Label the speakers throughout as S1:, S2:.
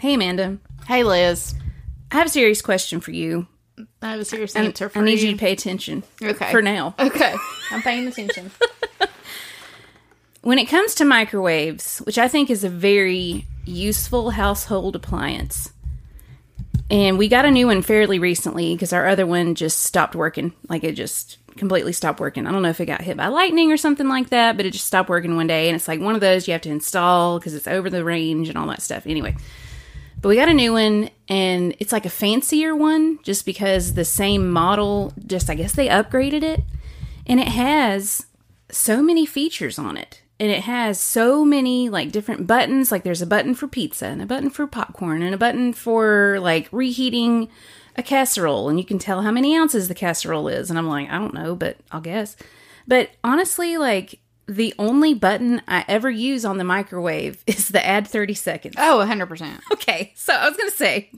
S1: Hey, Amanda.
S2: Hey, Liz.
S1: I have a serious question for you.
S2: I have a serious
S1: I-
S2: answer for
S1: I need you to pay attention.
S2: Okay.
S1: For now.
S2: Okay. I'm paying attention.
S1: When it comes to microwaves, which I think is a very useful household appliance, and we got a new one fairly recently because our other one just stopped working. Like it just completely stopped working. I don't know if it got hit by lightning or something like that, but it just stopped working one day. And it's like one of those you have to install because it's over the range and all that stuff. Anyway, but we got a new one and it's like a fancier one just because the same model, just I guess they upgraded it. And it has so many features on it and it has so many like different buttons like there's a button for pizza and a button for popcorn and a button for like reheating a casserole and you can tell how many ounces the casserole is and i'm like i don't know but i'll guess but honestly like the only button i ever use on the microwave is the add 30 seconds
S2: Oh, 100%.
S1: okay so i was gonna say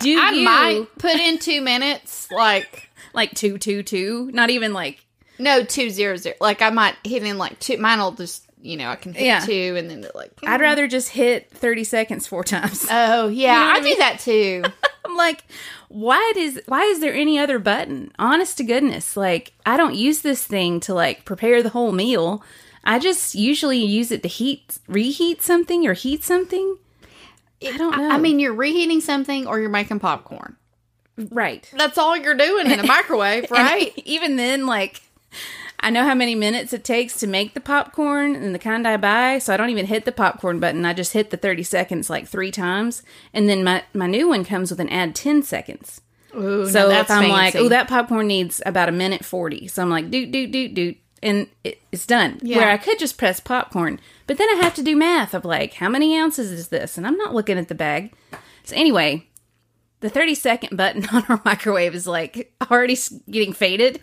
S1: do
S2: I
S1: you
S2: might put in two minutes, like,
S1: like two two two not even like
S2: no, two zero zero. Like, I might hit in like two. Mine will just, you know, I can hit
S1: Yeah.
S2: two and then they're like,
S1: i'd rather just hit 30 seconds four times
S2: oh, yeah. I do that too.
S1: I'm like, why does why is there any other button? Honest to goodness, like I don't use this thing to like prepare the whole meal. I just usually use it to heat reheat something or heat something. I don't know.
S2: I mean, you're reheating something or you're making popcorn.
S1: right.
S2: That's all you're doing in a microwave, right?
S1: And even then, like I know how many minutes it takes to make the popcorn and the kind I buy, so I don't even hit the popcorn button. I just hit the 30 seconds like three times. And then my, my new one comes with an add 10 seconds.
S2: Ooh, now
S1: So
S2: that's
S1: if I'm like,
S2: fancy.
S1: oh, that popcorn needs about a minute 40. So I'm like, doot, doot, doot, doot. And it, it's done.
S2: Yeah.
S1: Where I could just press popcorn. But then I have to do math of like, how many ounces is this? And I'm not looking at the bag. So anyway, the 30 second button on our microwave is like already s- getting faded.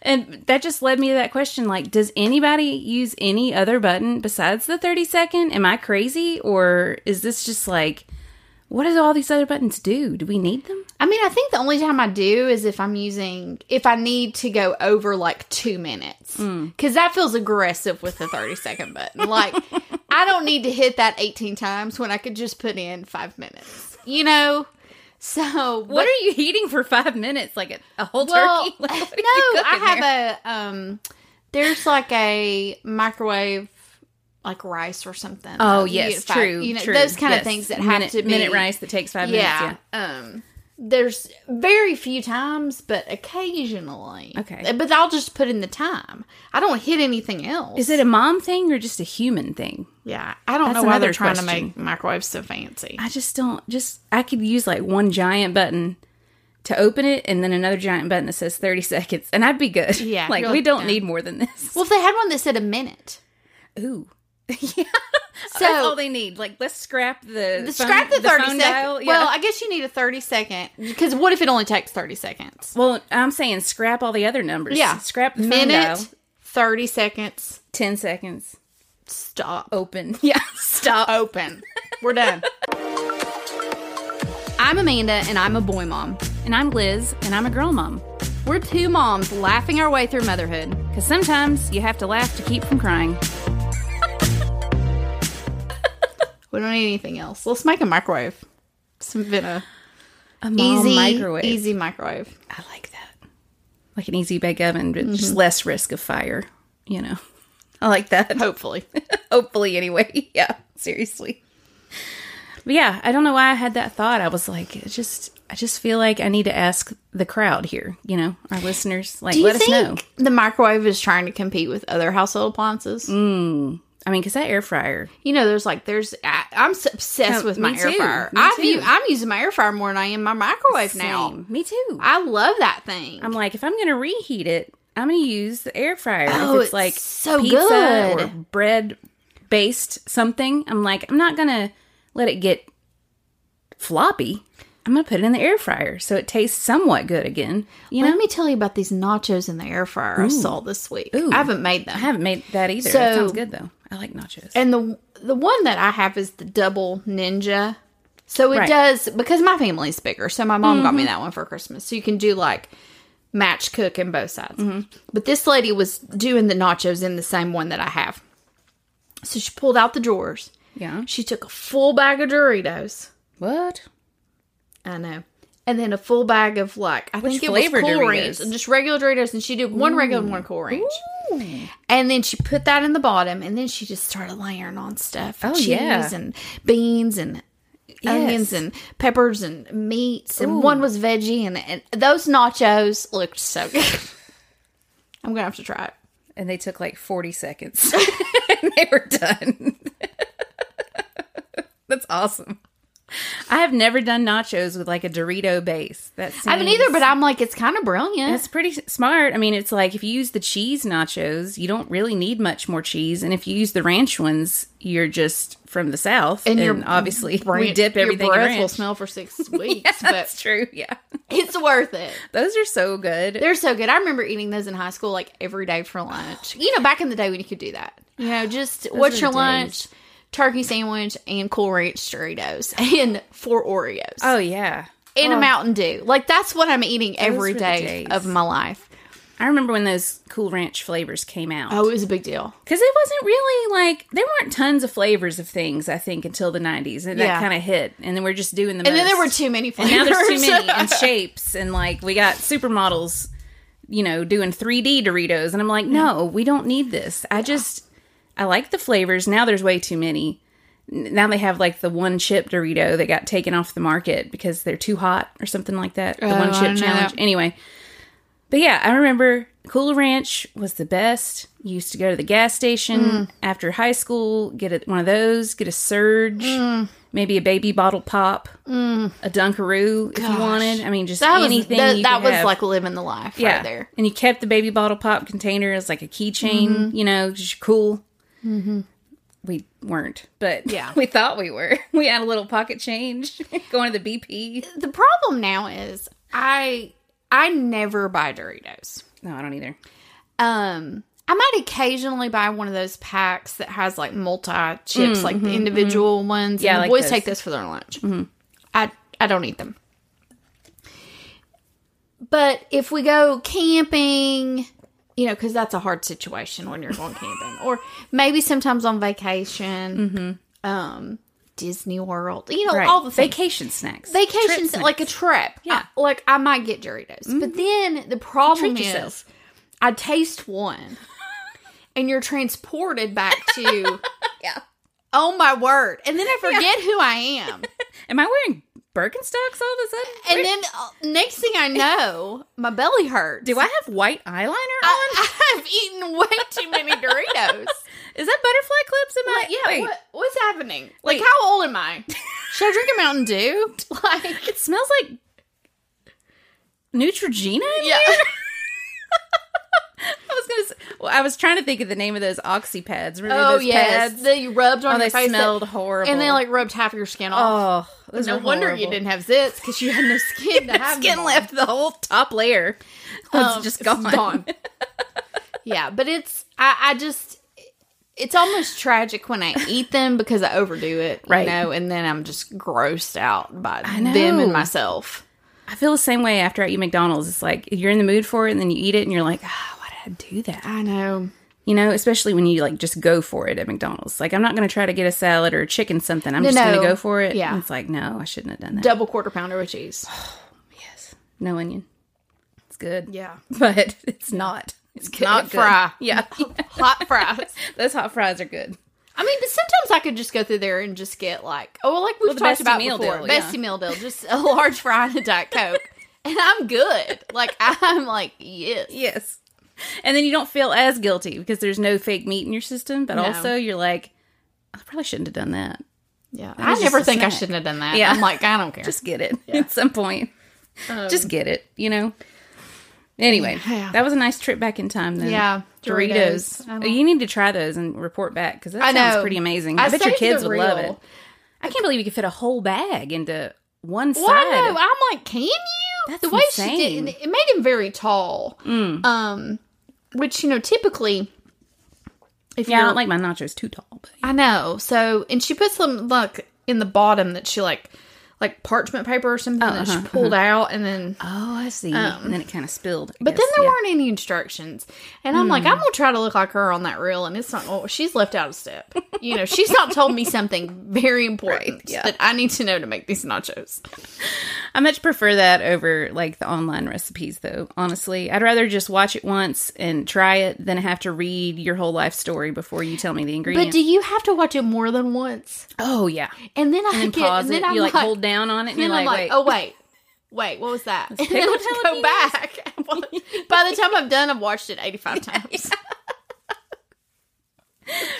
S1: And that just led me to that question like, does anybody use any other button besides the 30 second? Am I crazy? Or is this just like, what do all these other buttons do? Do we need them?
S2: I mean, I think the only time I do is if I'm using if I need to go over like two minutes
S1: Hmm.
S2: because that feels aggressive with the thirty second button. Like I don't need to hit that eighteen times when I could just put in five minutes. You know. So
S1: What are you eating for five minutes? Like a, a whole turkey? Like, what are
S2: no,
S1: you cooking
S2: I
S1: there?
S2: have a um. There's like a microwave, like rice or something.
S1: Oh
S2: that you
S1: yes,
S2: get five-
S1: true.
S2: You know
S1: true,
S2: those kind
S1: yes.
S2: of things that
S1: minute,
S2: have to be
S1: minute rice that takes five
S2: yeah.
S1: minutes.
S2: Um there's very few times, but occasionally. Uh,
S1: Okay.
S2: But I'll just put in the time. I don't hit anything else.
S1: Yeah. Is it a mom thing or just a human thing?
S2: Yeah. I don't
S1: That's
S2: know why
S1: another
S2: they're trying to
S1: question.
S2: make microwaves so fancy.
S1: I just don't. Just I could use like one giant button to open it, and then another giant button that says thirty seconds, and I'd be good.
S2: Yeah,
S1: like
S2: you're
S1: we
S2: like,
S1: don't
S2: "Done."
S1: need more than this.
S2: well, if they had one that said a minute.
S1: Ooh, Oh, that's all
S2: So
S1: they need. Like let's scrap the,
S2: the
S1: phone-
S2: scrap the, 30
S1: phone
S2: second.
S1: dial. Yeah.
S2: Well, I guess you need a 30 second because what if it only takes 30 seconds?
S1: well, I'm saying scrap all the other numbers.
S2: Yeah.
S1: scrap the phone dial.
S2: Minute, 30 seconds,
S1: Ten seconds.
S2: stop.
S1: Open. Yeah. Stop.
S2: Open. We're done. I'm Amanda and I'm a boy mom.
S1: And I'm Liz, and I'm a girl mom.
S2: We're two
S1: Um,
S2: moms laughing our way through motherhood.
S1: Because sometimes you have to laugh to keep from crying.
S2: We don't need anything else. Let's make a microwave. Some Vina.
S1: A mom
S2: Easy
S1: microwave.
S2: Easy microwave.
S1: I like that. Mm-hmm. Like an easy bake oven, but just less risk of fire, you know. I like that.
S2: Hopefully.
S1: Hopefully, anyway. Yeah, seriously. But yeah, I don't know why I had that thought. I was like, it just, I just feel like I need to ask the crowd here, you know, our listeners. Like,
S2: Do you
S1: let us
S2: think
S1: know.
S2: the microwave is trying to compete with other household appliances?
S1: Mm. I mean, because that air fryer,
S2: You know, there's like there's I, I'm s- obsessed
S1: Oh,
S2: with my
S1: me
S2: air
S1: too.
S2: fryer.
S1: Me
S2: I've
S1: too.
S2: u- I'm using my air fryer more than I am my microwave now.
S1: Same. me too.
S2: I love that thing.
S1: I'm like, if I'm gonna reheat it, I'm gonna use the air fryer. if
S2: Oh,
S1: it's
S2: it's
S1: like
S2: so
S1: pizza
S2: good.
S1: or bread based something, I'm like, I'm not gonna let it get floppy. I'm gonna put it in the air fryer so it tastes somewhat good again. You
S2: Let
S1: know,
S2: me tell you about these nachos in the air fryer I saw this week. I haven't made them.
S1: I haven't made that either. that
S2: So-
S1: sounds good though. I like nachos.
S2: And the the one that I have is the double ninja. So it
S1: Right. Mm-hmm.
S2: does because my family's bigger. So my mom got me that one for Christmas. So you can do like match cook and both sides. But this lady was doing the nachos in the same one that I have. So she pulled out the drawers
S1: Yeah.
S2: She took a full bag of Doritos.
S1: What?
S2: I know. And then a full bag of like I
S1: Which
S2: think it was
S1: flavor
S2: Cool
S1: Doritos?
S2: Ranch, just regular Doritos, and she did one regular and one Cool Ranch. And then she put that in the bottom, and then she just started layering on stuff:
S1: Oh,
S2: cheese
S1: yeah.
S2: and beans and onions and peppers and meats. And one was veggie, and, and those nachos looked so good. I'm gonna have to try it.
S1: And they took like 40 seconds. and they were done. That's awesome. I have never done nachos with like a Dorito base. That seems,
S2: I haven't either, but I'm like, it's kind of brilliant.
S1: That's pretty s- smart. I mean, it's like if you use the cheese nachos, you don't really need much more cheese, and if you use the ranch ones, you're just from the south, and,
S2: And your
S1: obviously we
S2: Ranch-
S1: dip everything
S2: Your
S1: in
S2: breath
S1: ranch.
S2: will smell for six weeks,
S1: That's
S2: but
S1: true. Yeah,
S2: it's worth it.
S1: those are so good.
S2: They're so good. I remember eating those in high school like every day for lunch. You know, back in the day when you could do that. You know, just what's
S1: were
S2: your
S1: the
S2: lunch? Turkey sandwich and Cool Ranch Doritos and four Oreos
S1: Oh yeah,
S2: and a Mountain Dew. Like that's what I'm eating every
S1: were the
S2: day
S1: days.
S2: of my life.
S1: I remember when those Cool Ranch flavors came out.
S2: Oh, it was a big deal.
S1: because it wasn't really like there weren't tons of flavors of things. I think until the '90s, and
S2: Yeah.
S1: that kind of hit. And then we're just doing the
S2: And then there were
S1: most.
S2: too many
S1: And
S2: flavors.
S1: now there's too many and shapes and like we got supermodels, you know, doing 3D Doritos and I'm like, no, we don't need this. I just I like the flavors. Now there's way too many. N- Now they have like the one chip Dorito that got taken off the market because they're too hot or something like that. The
S2: Oh,
S1: one
S2: I
S1: chip
S2: know
S1: challenge.
S2: that.
S1: Anyway. But yeah, I remember Cool Ranch was the best. You used to go to the gas station
S2: Mm.
S1: after high school, get a, one of those, get a surge,
S2: Mm.
S1: maybe a baby bottle pop, a Dunkaroo if
S2: Gosh.
S1: you wanted. I mean, just
S2: that was
S1: anything.
S2: that,
S1: you
S2: that
S1: could
S2: was
S1: have.
S2: like living the life right there.
S1: And you kept the baby bottle pop container as like a keychain,
S2: Mm-hmm.
S1: you know, just cool. We weren't, but
S2: Yeah.
S1: we thought we were. We had a little pocket change going to the BP.
S2: The problem now is I I never buy Doritos.
S1: No, I don't either.
S2: Um, I might occasionally buy one of those packs that has like multi chips, like the individual ones.
S1: Mm, mm-hmm, Yeah,
S2: and
S1: I like
S2: the
S1: Mm-hmm.
S2: boys
S1: those.
S2: take those for their lunch. I I don't eat them. But if we go camping, you know, because that's a hard situation when you're going camping, or maybe sometimes on vacation, um, Disney World, you know,
S1: Mm-hmm. Right.
S2: all the things
S1: vacation snacks. Trip
S2: vacations
S1: snacks.
S2: like a trip.
S1: Yeah. Mm-hmm.
S2: I- like I might get Doritos. But then the problem
S1: Treat
S2: is
S1: yourself.
S2: I taste one and you're transported back to
S1: Yeah.
S2: oh my word. And then I forget who I am.
S1: Am I wearing Birkenstocks all of a sudden?
S2: And
S1: Where-
S2: then uh, next thing I know, my belly hurts.
S1: do I have white eyeliner on?
S2: I, I've eaten way too many Doritos.
S1: Is that butterfly clips? Am I?
S2: Like, yeah,
S1: wait.
S2: what, what's happening? Like,
S1: Wait.
S2: how old am I? Should I drink a Mountain Dew? Like,
S1: It smells like Neutrogena. in
S2: yeah.
S1: here? I was gonna. Say, well, I was trying to think of the name of those oxy pads. Remember
S2: Oh
S1: those
S2: yes,
S1: pads?
S2: that you rubbed
S1: Oh,
S2: on your
S1: they
S2: face. that-
S1: smelled horrible.
S2: and they like rubbed half your skin off.
S1: oh, those
S2: no
S1: were
S2: wonder you
S1: horrible.
S2: didn't have zits because you had no skin to have
S1: Skin
S2: them on.
S1: left the whole top layer. was
S2: Um,
S1: just
S2: it's
S1: gone.
S2: yeah, but it's I, I just it's almost tragic when I eat them because I overdo it,
S1: Right.
S2: You know, and then I'm just grossed out by
S1: know.
S2: them and myself.
S1: I feel the same way after I eat McDonald's. It's like you're in the mood for it, and then you eat it, and you're like, ah, why did I do that?
S2: I know.
S1: You know, especially when you like just go for it at McDonald's. Like, I'm not going to try to get a salad or a chicken something. I'm
S2: No,
S1: just going
S2: no.
S1: to go for it.
S2: Yeah.
S1: And it's like, no, I shouldn't have done that.
S2: Double quarter pounder with cheese.
S1: No onion. It's good.
S2: Yeah.
S1: But it's not. It's
S2: Not fry.
S1: Yeah.
S2: Hot fries.
S1: Those hot fries are good.
S2: I mean, but sometimes I could just go through there and just get like, oh, like we've
S1: the
S2: talked
S1: Bestie
S2: about
S1: meal
S2: before,
S1: deal, yeah.
S2: bestie meal deal, just a large fry and a diet coke, and I'm good. Like I'm like yes,
S1: Yes. And then you don't feel as guilty because there's no fake meat in your system, but
S2: No.
S1: also you're like, I probably shouldn't have done that.
S2: yeah.
S1: was
S2: I
S1: just
S2: never
S1: a
S2: think I
S1: snack.
S2: shouldn't have done that.
S1: Yeah.
S2: I'm like I don't care.
S1: Just get it at some point. Just get it, you know? Anyway,
S2: Um, Yeah.
S1: that was a nice trip back in time, though.
S2: Yeah,
S1: Doritos.
S2: Doritos. I know.
S1: Oh, you need to try those and report back because that
S2: I
S1: sounds
S2: know.
S1: pretty amazing.
S2: I
S1: I, bet your
S2: saved
S1: kids
S2: the
S1: would love
S2: reel.
S1: it. I can't believe you could fit a whole bag into one side.
S2: well, I know. I'm like, can you?
S1: That's
S2: the way she
S1: insane. Mm.
S2: did it, it made him very tall. Um, which you know typically, if
S1: Yeah, I
S2: you're
S1: don't like my nachos too tall, but
S2: I know. So, and she puts them like in the bottom that she like like parchment paper or something that
S1: uh-huh,
S2: she pulled out and then
S1: Oh, I see. and then it kind of spilled.
S2: but then there weren't any instructions. And I'm like, I'm gonna try to look like her on that reel and it's not oh she's left out a step. You know, she's not told me something very important
S1: yeah.
S2: that I need to know to make these nachos.
S1: I much prefer that over like the online recipes, though. Honestly, I'd rather just watch it once and try it than have to read your whole life story before you tell me the
S2: But
S1: ingredients.
S2: do you have to watch it more than once?
S1: oh yeah,
S2: And then I
S1: and
S2: get,
S1: pause
S2: and then
S1: it.
S2: I'm
S1: You like,
S2: like,
S1: hold down on it, and you're
S2: then
S1: like,
S2: I'm like,
S1: wait.
S2: oh wait, wait, what was that? And then
S1: pickled
S2: I go back. By the time I'm done, I've watched it 85 times.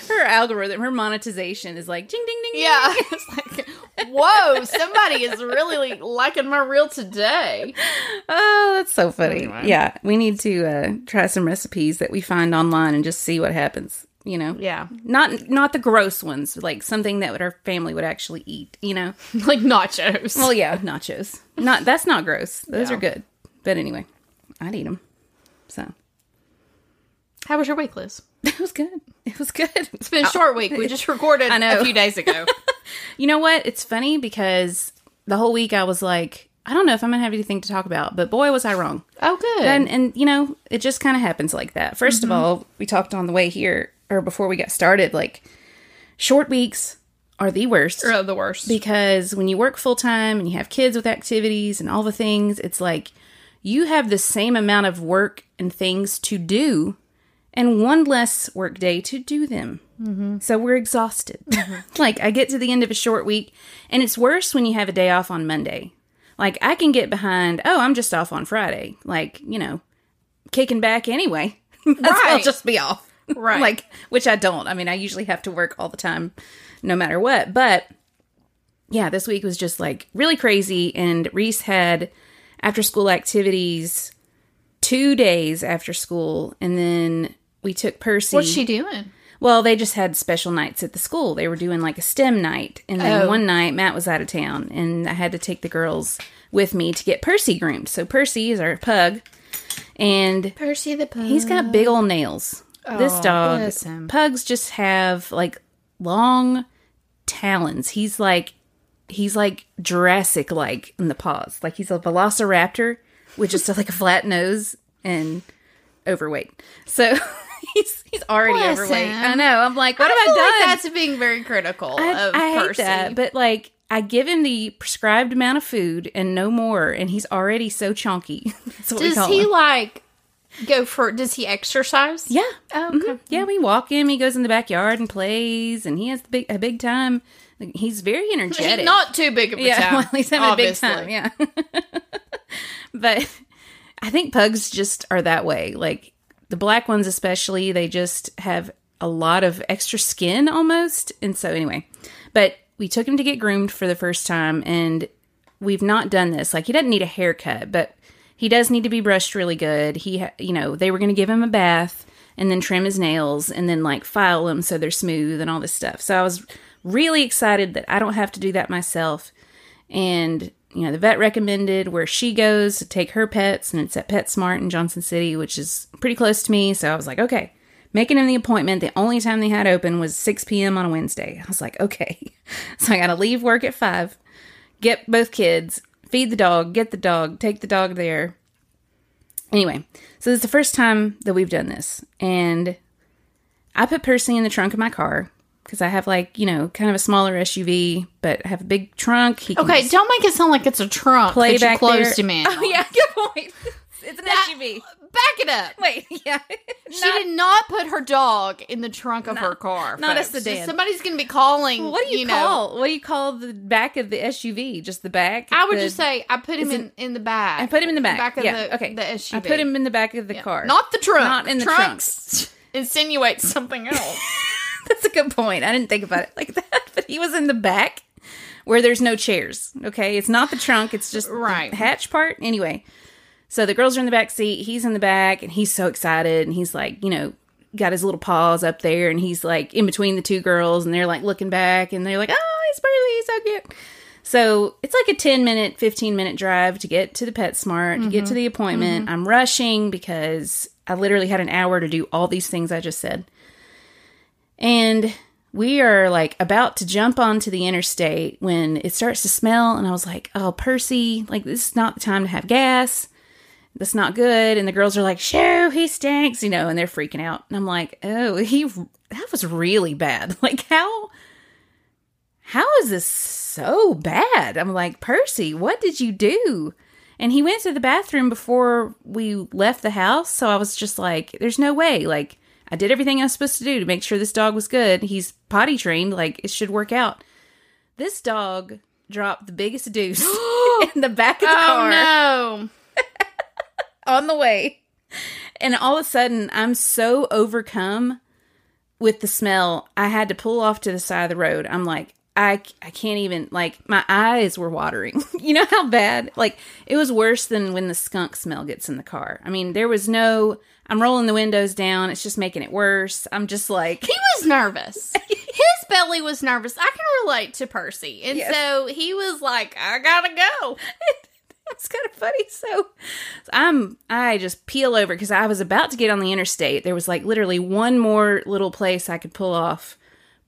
S1: her algorithm, her monetization is like ding ding ding.
S2: Yeah. It's like, whoa, somebody is really liking my reel today.
S1: Oh, that's so funny.
S2: Anyway.
S1: Yeah, we need to uh, try some recipes that we find online and just see what happens. You know,
S2: Yeah.
S1: not not the gross ones, like something that would our family would actually eat. You know,
S2: Like nachos.
S1: well, Oh, yeah, nachos. Not that's not gross. Those
S2: No.
S1: are good. But anyway, I'd eat them. So
S2: How was your week, Liz?
S1: it was good. It was good.
S2: It's been a short week. We just recorded
S1: Oh, I know.
S2: a few days ago.
S1: You know what? It's funny because the whole week I was like, I don't know if I'm gonna have anything to talk about, but boy was I wrong.
S2: oh, good.
S1: and and you know it just kind of happens like that 1st of
S2: Mm-hmm.
S1: all we talked on the way here or before we got started like short weeks are the worst
S2: oh, the worst.
S1: because when you work full time and you have kids with activities and all the things it's like you have the same amount of work and things to do and one less work day to do them so we're exhausted like i get to the end of a short week and it's worse when you have a day off on monday like i can get behind oh i'm just off on friday like you know kicking back anyway might as well
S2: Right.
S1: just be off
S2: Right.
S1: like which i don't i mean i usually have to work all the time no matter what but yeah this week was just like really crazy and reese had after school activities two days after school and then we took percy
S2: What's she doing?
S1: well, they just had special nights at the school. They were doing like a STEM night. And then
S2: Oh.
S1: one night, Matt was out of town, and I had to take the girls with me to get Percy groomed. So, Percy is our pug, and
S2: Percy the pug.
S1: he's got big old nails. this
S2: Oh,
S1: dog,
S2: bless him.
S1: pugs just have like long talons. He's like, he's like Jurassic like in the paws. Like, he's a velociraptor with just like a flat nose and overweight. So, He's, he's already
S2: Bless
S1: overweight.
S2: him.
S1: I know. I'm like, what
S2: I
S1: have
S2: feel
S1: I done?
S2: like that's being very critical
S1: I,
S2: of
S1: I hate
S2: Percy.
S1: that, but like I give him the prescribed amount of food and no more, and he's already so chonky. That's what we
S2: does
S1: call
S2: he
S1: him.
S2: like go for? Does he exercise?
S1: Yeah,
S2: Oh, okay.
S1: Mhm. yeah. We walk him. He goes in the backyard and plays, and he has the big a big time. Like, He's very energetic.
S2: He- not too big of a
S1: yeah,
S2: town.
S1: well, he's having
S2: obviously.
S1: a big time. Yeah, but I think pugs just are that way. Like the black ones, especially, they just have a lot of extra skin almost. And so, anyway, but we took him to get groomed for the first time, and we've not done this. Like he doesn't need a haircut, but he does need to be brushed really good. He, ha- you know, they were going to give him a bath and then trim his nails and then like file them so they're smooth and all this stuff. So I was really excited that I don't have to do that myself. And you know, the vet recommended where she goes to take her pets, and it's at PetSmart in Johnson City, which is pretty close to me. So I was like, okay. Making him the appointment, the only time they had open was 6 p.m. on a Wednesday. I was like, okay. So I got to leave work at 5 get both kids, feed the dog, get the dog, take the dog there. Anyway, so this is the first time that we've done this. And I put Percy in the trunk of my car because I have like, you know, kind of a smaller SUV, but I have a big trunk. He can
S2: Okay, don't make it sound like it's a trunk
S1: play
S2: that you
S1: back
S2: closed
S1: there.
S2: him in.
S1: Oh, yeah, good point. It's an SUV.
S2: Back it up.
S1: Wait, yeah.
S2: She did not put her dog in the trunk of her car.
S1: not a
S2: folks. So
S1: sedan.
S2: Somebody's going to be calling.
S1: what do you,
S2: know-
S1: call? What do you call the back of the SUV? Just the back?
S2: I would
S1: The-
S2: just say I put him in, in the back.
S1: I put him in the back.
S2: Back of
S1: yeah.
S2: the,
S1: okay.
S2: the SUV.
S1: I put him in the back of the car.
S2: Not the trunk.
S1: Not in the
S2: Trunks insinuates something else.
S1: That's a good point. I didn't think about it like that, but he was in the back where there's no chairs. Okay, it's not the trunk; it's just the
S2: Right.
S1: hatch part. Anyway, so the girls are in the back seat. He's in the back, and he's so excited, and he's like, you know, got his little paws up there, and he's like in between the two girls, and they're like looking back, and they're like, "Oh, he's Burley, he's so cute." So it's like a 10 minute, 15 minute drive to get to the PetSmart, to get to the appointment. I'm rushing because I literally had an hour to do all these things I just said. And we are like about to jump onto the interstate when it starts to smell and i was like oh percy like this is not the time to have gas that's not good and the girls are like shoo he stinks you know and they're freaking out and i'm like oh he that was really bad like how how is this so bad i'm like percy what did you do and he went to the bathroom before we left the house so i was just like there's no way like I did everything I was supposed to do to make sure this dog was good. He's potty trained, like it should work out. This dog dropped the biggest deuce in the back of the car
S2: Oh
S1: on the way. And all of a sudden, I'm so overcome with the smell. I had to pull off to the side of the road. I'm like, I, I can't even, like, my eyes were watering. you know how bad? Like, it was worse than when the skunk smell gets in the car. I mean, there was no, I'm rolling the windows down. It's just making it worse. I'm just like,
S2: no. He was nervous. His belly was nervous. I can relate to Percy. And
S1: Yes.
S2: so he was like, I gotta go.
S1: That's kind of funny. So, so I'm I just peel over because I was about to get on the interstate. There was like literally one more little place I could pull off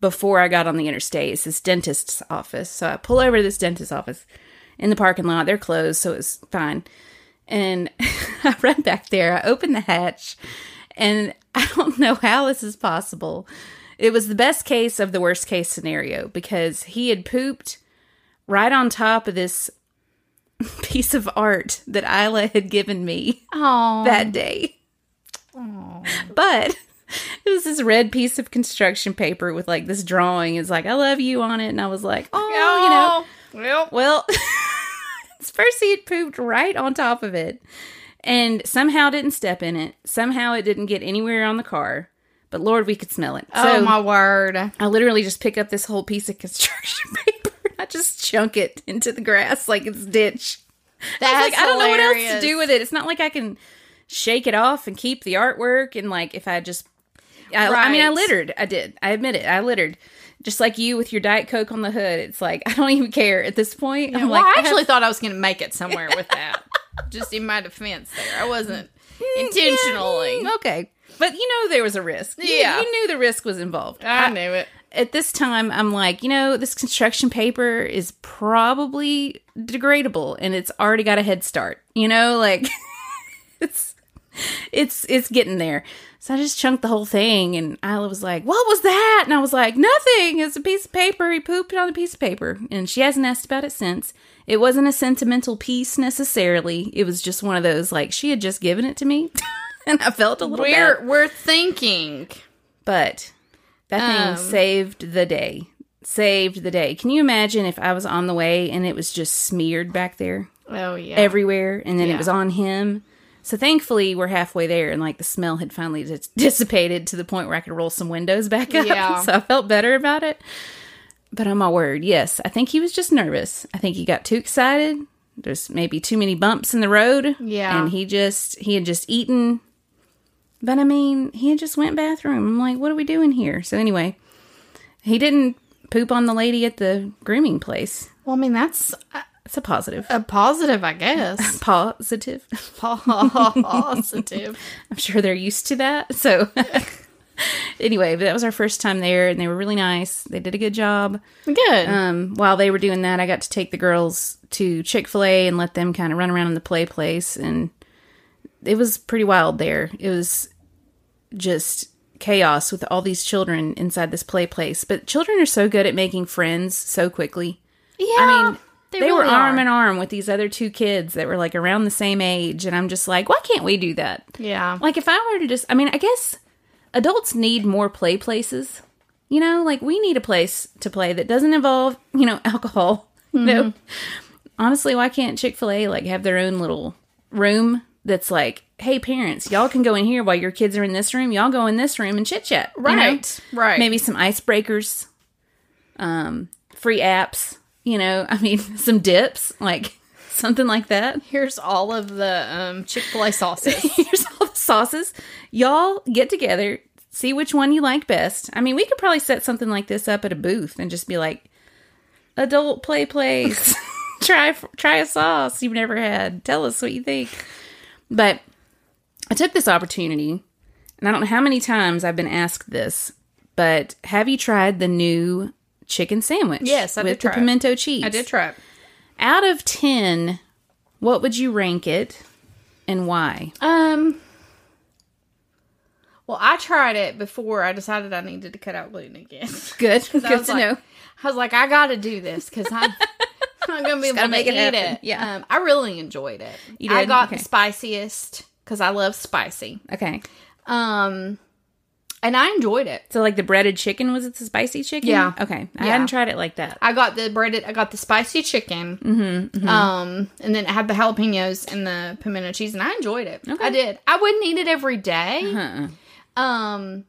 S1: before I got on the interstate. It's this dentist's office. So I pull over to this dentist's office in the parking lot. They're closed, so it's fine. And I run back there. I open the hatch, and I don't know how this is possible. It was the best case of the worst case scenario because he had pooped right on top of this piece of art that Isla had given me
S2: Oh.
S1: that day. But it was this red piece of construction paper with like this drawing. It's like, I love you on it. And I was like, oh, you know.
S2: you know. Well,
S1: Well, Percy had pooped right on top of it and somehow didn't step in it. Somehow it didn't get anywhere on the car. But Lord, we could smell it.
S2: oh my word.
S1: I literally just pick up this whole piece of construction paper and I just chunk it into the grass like it's ditch. I
S2: That's
S1: was like, I don't know what else to
S2: hilarious.
S1: do with it. It's not like I can shake it off and keep the artwork. And like, if I just, I, I mean, I
S2: Right.
S1: littered. I did. I admit it. I littered. Just like you with your Diet Coke on the hood. It's like, I don't even care at this point. I'm
S2: well,
S1: like,
S2: I actually thought I was going to make it somewhere with that. Just in my defense, there, I wasn't intentionally.
S1: mm, okay. But you know, there was a risk. You-
S2: Yeah.
S1: You, knew the risk was involved.
S2: I knew it.
S1: At this time, I'm like, you know, this construction paper is probably degradable and it's already got a head start. You know, like. it's it's it's getting there. So I just chunked the whole thing, and Isla was like, "What was that?" And I was like, "Nothing. It's a piece of paper. He pooped on a piece of paper." And she hasn't asked about it since. It wasn't a sentimental piece necessarily. It was just one of those like she had just given it to me, and I felt a little
S2: We're
S1: bad.
S2: we're thinking.
S1: But that
S2: Um.
S1: thing saved the day. Saved the day. Can you imagine if I was on the way and it was just smeared back there?
S2: Oh yeah.
S1: everywhere and then it
S2: Yeah.
S1: was on him so thankfully we're halfway there and like the smell had finally dis- dissipated to the point where i could roll some windows back up
S2: Yeah.
S1: so i felt better about it but on my word yes i think he was just nervous i think he got too excited there's maybe too many bumps in the road
S2: Yeah.
S1: and he just he had just eaten but i mean he had just went bathroom i'm like what are we doing here so anyway he didn't poop on the lady at the grooming place
S2: well, I mean that's a,
S1: it's a positive
S2: a positive, I guess.
S1: positive
S2: positive.
S1: I'm sure they're used to that. So, anyway, but that was our first time there, and they were really nice. They did a good job.
S2: Good.
S1: Um, while they were doing that, I got to take the girls to Chick fil A and let them kind of run around in the play place. And it was pretty wild there. It was just chaos with all these children inside this play place. But children are so good at making friends so quickly.
S2: yeah.
S1: I mean, they, were
S2: really
S1: arm
S2: are.
S1: in arm with these other two kids that were like around the same age. And I'm just like, why can't we do that?
S2: Yeah.
S1: Like if I were to just I mean, I guess adults need more play places. You know, like we need a place to play that doesn't involve, you know, alcohol.
S2: Mm-hmm.
S1: No. Honestly, why can't Chick-fil-A like have their own little room that's like, hey parents, y'all can go in here while your kids are in this room, y'all go in this room and chit chat. you know?
S2: Right, right.
S1: Maybe some icebreakers, um, free apps, you know, I mean some dips, like something like that
S2: Here's all of the um, Chick Fil A sauces.
S1: here's all the sauces. Y'all get together, see which one you like best. I mean, we could probably set something like this up at a booth and just be like, adult play place. try try a sauce you've never had. Tell us what you think. But I took this opportunity, and I don't know how many times I've been asked this, but have you tried the new chicken sandwich?
S2: Yes, I did
S1: with the
S2: try it.
S1: pimento cheese.
S2: I did try it.
S1: Out of ten, what would you rank it, and why?
S2: Um. Well, I tried it before I decided I needed to cut out gluten again.
S1: Good, good
S2: I was
S1: to
S2: like-
S1: know.
S2: I was like, I got to do this because I'm. I'm not gonna be able
S1: gotta
S2: to
S1: make it
S2: eat
S1: happen.
S2: it.
S1: Yeah.
S2: um, I really enjoyed it.
S1: You
S2: I
S1: did?
S2: got
S1: Okay.
S2: the spiciest because I love spicy.
S1: Okay,
S2: Um, and I enjoyed it.
S1: so like the breaded chicken was it the spicy chicken?
S2: Yeah.
S1: Okay, I
S2: Yeah.
S1: hadn't tried it like that.
S2: I got the breaded. I got the spicy chicken. Mm-hmm, Um, and then I had the jalapenos and the pimento cheese, and I enjoyed it. I did. I wouldn't eat it every day.
S1: Uh-uh.
S2: Um,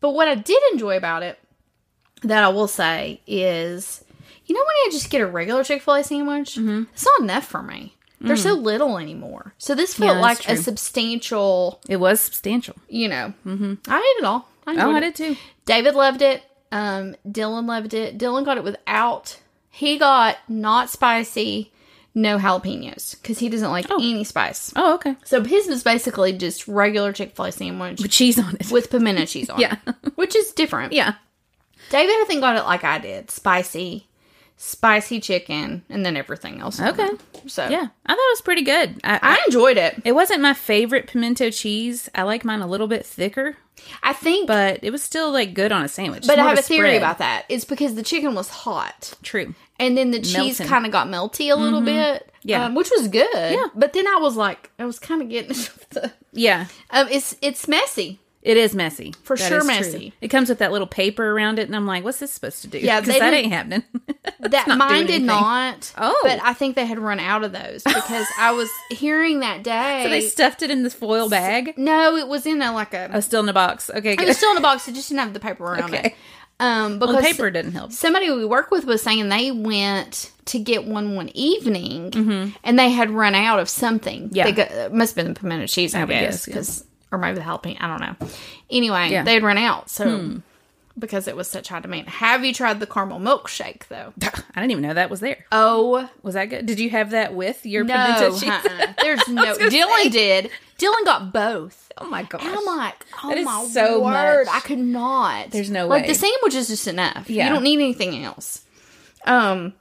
S2: but what I did enjoy about it, that I will say, is you know when I just get a regular Chick Fil A sandwich, it's not enough for me. They're so little anymore. So this felt
S1: that's
S2: like a
S1: true.
S2: substantial.
S1: It was substantial.
S2: You know, mm-hmm. I ate it all. I enjoyed
S1: Oh, I did
S2: it.
S1: too.
S2: David loved it. Um, Dylan loved it. Dylan got it without. He got not spicy, no jalapenos because he doesn't like any spice.
S1: Oh, okay.
S2: So his was basically just regular Chick Fil A sandwich
S1: With cheese on it.
S2: with pimento cheese on
S1: Yeah.
S2: it, which is different.
S1: yeah.
S2: David I think got it like I did, spicy, spicy chicken, and then everything else. on
S1: Okay.
S2: it. so
S1: Yeah. I thought it was pretty good. I, I
S2: I enjoyed it.
S1: it wasn't my favorite pimento cheese. I like mine a little bit thicker,
S2: I think, but,
S1: but it was still like good on a sandwich.
S2: I have a theory about that. It's because the chicken was hot.
S1: True.
S2: and then the cheese
S1: Melting. Mm-hmm.
S2: kind of got melty a little bit.
S1: Yeah.
S2: um, which was good.
S1: Yeah.
S2: but then I was like, I was kind of getting. the,
S1: Yeah.
S2: um, it's it's messy.
S1: It is messy.
S2: For sure
S1: is true.
S2: messy.
S1: It comes with that little paper around it, and I'm like, what's this supposed to do?
S2: Yeah,
S1: because
S2: they
S1: that
S2: didn't-
S1: ain't happening.
S2: That
S1: not doing
S2: mine did
S1: anything.
S2: not.
S1: Oh.
S2: but I think they had run out of those because I was hearing that day.
S1: so they stuffed it in this foil bag.
S2: no, it was in a like a.
S1: Oh, still in a box. Okay,
S2: It
S1: good.
S2: was still in a box. It just didn't have the paper around it.
S1: Okay.
S2: Um, because
S1: Well, the paper didn't help.
S2: somebody we work with was saying they went to get one one evening and they had run out of something.
S1: Yeah.
S2: they got, it must have been the pimento cheese, I,
S1: would guess,
S2: guess,
S1: yeah.
S2: because or maybe the jalapeno. I don't know. Anyway,
S1: Yeah.
S2: they'd run out, so because it was such high demand. Have you tried the caramel milkshake though?
S1: I didn't even know that was there.
S2: Oh
S1: Was that good? Did you have that with your
S2: no,
S1: pimento cheese?
S2: uh-uh. there's no.
S1: gonna
S2: Dylan did. Dylan got both.
S1: Oh my gosh.
S2: And I'm like, oh
S1: That is
S2: my
S1: so
S2: word,
S1: much.
S2: I could not.
S1: There's no
S2: like
S1: way.
S2: the sandwich is just enough.
S1: Yeah.
S2: You don't need anything else. Um,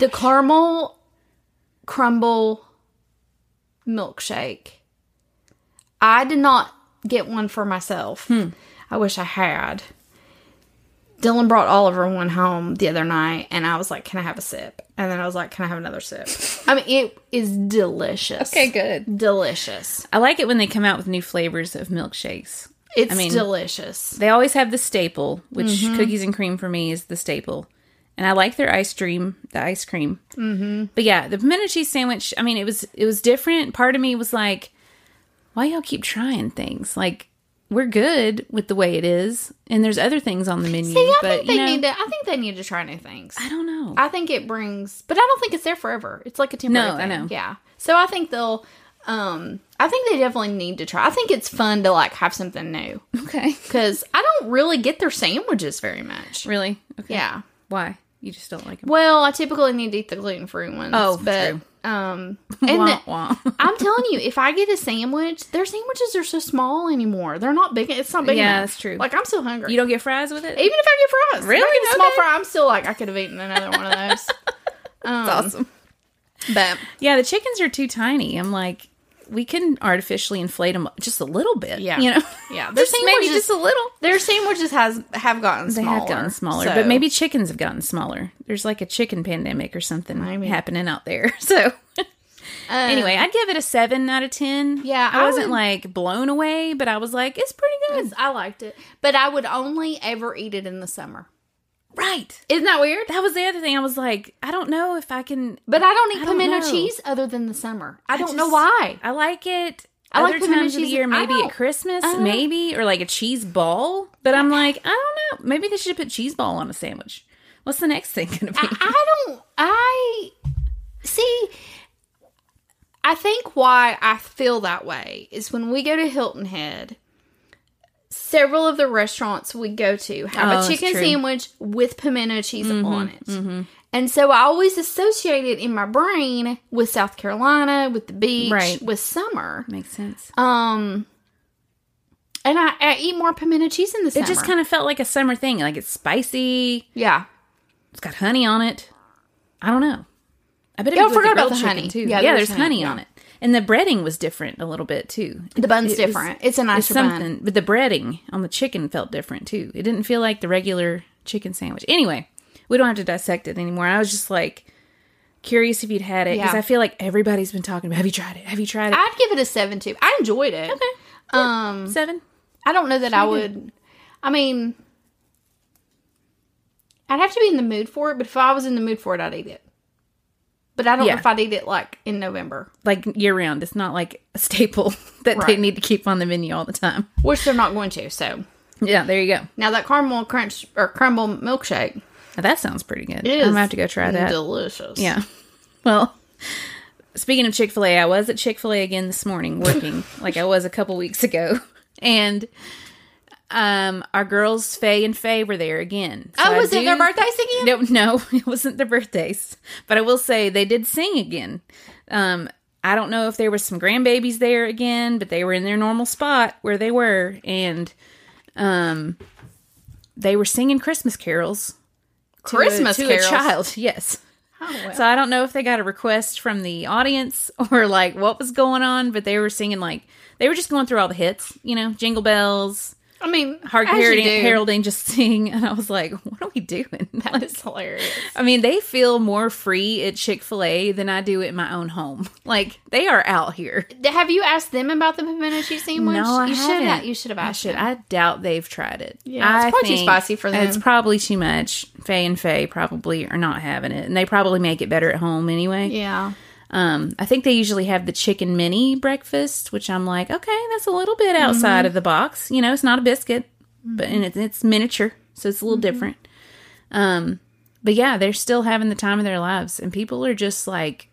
S2: the caramel crumble milkshake. I did not get one for myself.
S1: Hmm.
S2: I wish I had. Dylan brought Oliver one home the other night, and I was like, "Can I have a sip?" And then I was like, "Can I have another sip?" I mean, it is delicious.
S1: Okay, good.
S2: delicious.
S1: I like it when they come out with new flavors of milkshakes.
S2: It's
S1: mean-
S2: delicious.
S1: They always have the staple, which cookies and cream for me is the staple. And I like their ice cream, the ice cream. Mm-hmm. But yeah, the pimento cheese sandwich. I mean, it was it was different. Part of me was like, why y'all keep trying things? Like we're good with the way it is, and there's other things on the menu.
S2: Yeah, I
S1: but
S2: think they
S1: you know,
S2: need to. I think they need to try new things.
S1: I don't know.
S2: I think it brings, but I don't think it's there forever. It's like a temporary.
S1: No, I
S2: thing.
S1: know.
S2: Yeah, so I think they'll. Um, I think they definitely need to try. I think it's fun to like have something new
S1: okay,
S2: because I don't really get their sandwiches very much.
S1: really? Okay.
S2: Yeah.
S1: Why? You just don't like them?
S2: Well, I typically need to eat the gluten free ones.
S1: Oh,
S2: but
S1: true.
S2: um, and the,
S1: Wah, wah.
S2: I'm telling you, if I get a sandwich, their sandwiches are so small anymore. They're not big. It's not big.
S1: Yeah,
S2: enough.
S1: that's true.
S2: Like I'm still hungry.
S1: you don't get fries with it?
S2: Even if I get fries, if I
S1: Really?
S2: get a small
S1: Okay.
S2: fry. I'm still like I could have eaten another one of those. Um,
S1: That's awesome.
S2: But
S1: Oh. Yeah, the chickens are too tiny. I'm like, we can artificially inflate them just a little bit.
S2: Yeah.
S1: you know,
S2: Yeah, their
S1: just maybe
S2: sandwiches-
S1: just a little.
S2: their sandwiches has have gotten
S1: They
S2: smaller.
S1: have gotten smaller,
S2: so-
S1: but maybe chickens have gotten smaller. There's like a chicken pandemic or something
S2: Maybe.
S1: happening out there. So
S2: Uh,
S1: anyway, I'd give it a seven out of ten.
S2: Yeah,
S1: I,
S2: I
S1: wasn't
S2: would-
S1: like blown away, but I was like, it's pretty good.
S2: I liked it, but I would only ever eat it in the summer.
S1: Right.
S2: Isn't that weird?
S1: That was the other thing. I was like, I don't know if I can.
S2: But I don't eat
S1: I don't
S2: pimento
S1: know.
S2: cheese other than the summer. I, don't know
S1: just-
S2: why.
S1: I like it.
S2: I like
S1: other
S2: pimento
S1: times of the
S2: cheese.
S1: year,
S2: I
S1: maybe
S2: don't-
S1: at Christmas,
S2: uh-huh.
S1: maybe or like a cheese ball. But I'm like, I don't know. Maybe they should put cheese ball on a sandwich. What's the next thing going to be?
S2: I don't. I see. I think why I feel that way is when we go to Hilton Head. Several of the restaurants we go to
S1: Oh,
S2: have
S1: that's
S2: a chicken
S1: true. Mm-hmm,
S2: sandwich with pimento cheese on it. And so I always associate it in my brain with South Carolina, with the beach,
S1: Right.
S2: with summer.
S1: Makes sense.
S2: Um and I, I eat more pimento cheese in the summer.
S1: It just kind of felt like a summer thing. Like it's spicy.
S2: yeah.
S1: It's got honey on it. I don't know. I bet it
S2: Yeah,
S1: was
S2: I
S1: with
S2: forgot about
S1: grilled
S2: the
S1: chicken,
S2: honey.
S1: too. Yeah,
S2: Yeah, there was
S1: there's
S2: honey,
S1: honey on it, and the breading was different a little bit too.
S2: The bun's
S1: It was-
S2: different. it's a
S1: It's
S2: nicer bun.
S1: something, but the breading on the chicken felt different too. It didn't feel like the regular chicken sandwich. Anyway, we don't have to dissect it anymore. I was just like curious if you'd had it because
S2: Yeah.
S1: I feel like everybody's been talking about. Have you tried it? Have you tried it?
S2: I'd give it a seven two. I enjoyed it. Okay. Um,
S1: Seven.
S2: I don't know that I would. I mean, I'd have to be in the mood for it. But if I was in the mood for it, I'd eat it. But I don't
S1: Yeah.
S2: know if I'd eat it like in November,
S1: Like year round. It's not like a staple that they
S2: Right.
S1: need to keep on the menu all the time.
S2: which they're not going to. So
S1: Yeah, there you go.
S2: now that caramel crunch or crumble milkshake
S1: Now, that sounds pretty good.
S2: is Mm,
S1: I'm gonna have to go try that.
S2: delicious.
S1: Yeah. Well, speaking of Chick fil A, I was at Chick fil A again this morning working like I was a couple weeks ago. And um our girls, Faye and Faye, were there again. So
S2: Oh, was
S1: I
S2: it their
S1: do-
S2: birthdays again?
S1: No, no, it wasn't their birthdays. But I will say they did sing again. Um, I don't know if there was some grandbabies there again, but they were in their normal spot where they were, and um, they were singing Christmas carols. to a-
S2: Christmas
S1: to a,
S2: carols?
S1: child, yes.
S2: Oh, well.
S1: So I don't know if they got a request from the audience or like what was going on, but they were singing like they were just going through all the hits, you know, Jingle Bells,
S2: I mean,
S1: Hark
S2: as you
S1: Harold,
S2: do.
S1: Harold Angels Sing, and I was like, what are we doing?
S2: That is hilarious.
S1: I mean, they feel more free at Chick fil A than I do at my own home. Like, they are out here.
S2: Have you asked them about the pimento cheese sandwich?
S1: No, I
S2: you should have.
S1: haven't.
S2: You should have
S1: I
S2: asked.
S1: should.
S2: them.
S1: I doubt they've tried it.
S2: Yeah, it's
S1: I
S2: probably too
S1: think
S2: spicy for them.
S1: It's probably too much. Faye and Faye probably are not having it, and they probably make it better at home anyway.
S2: Yeah.
S1: Um, I think they usually have the chicken mini breakfast, which I'm like, okay, that's a little bit outside of the box. You know, it's not a biscuit, but and it's, it's miniature, so it's a little different. Um, but yeah, they're still having the time of their lives, and people are just like,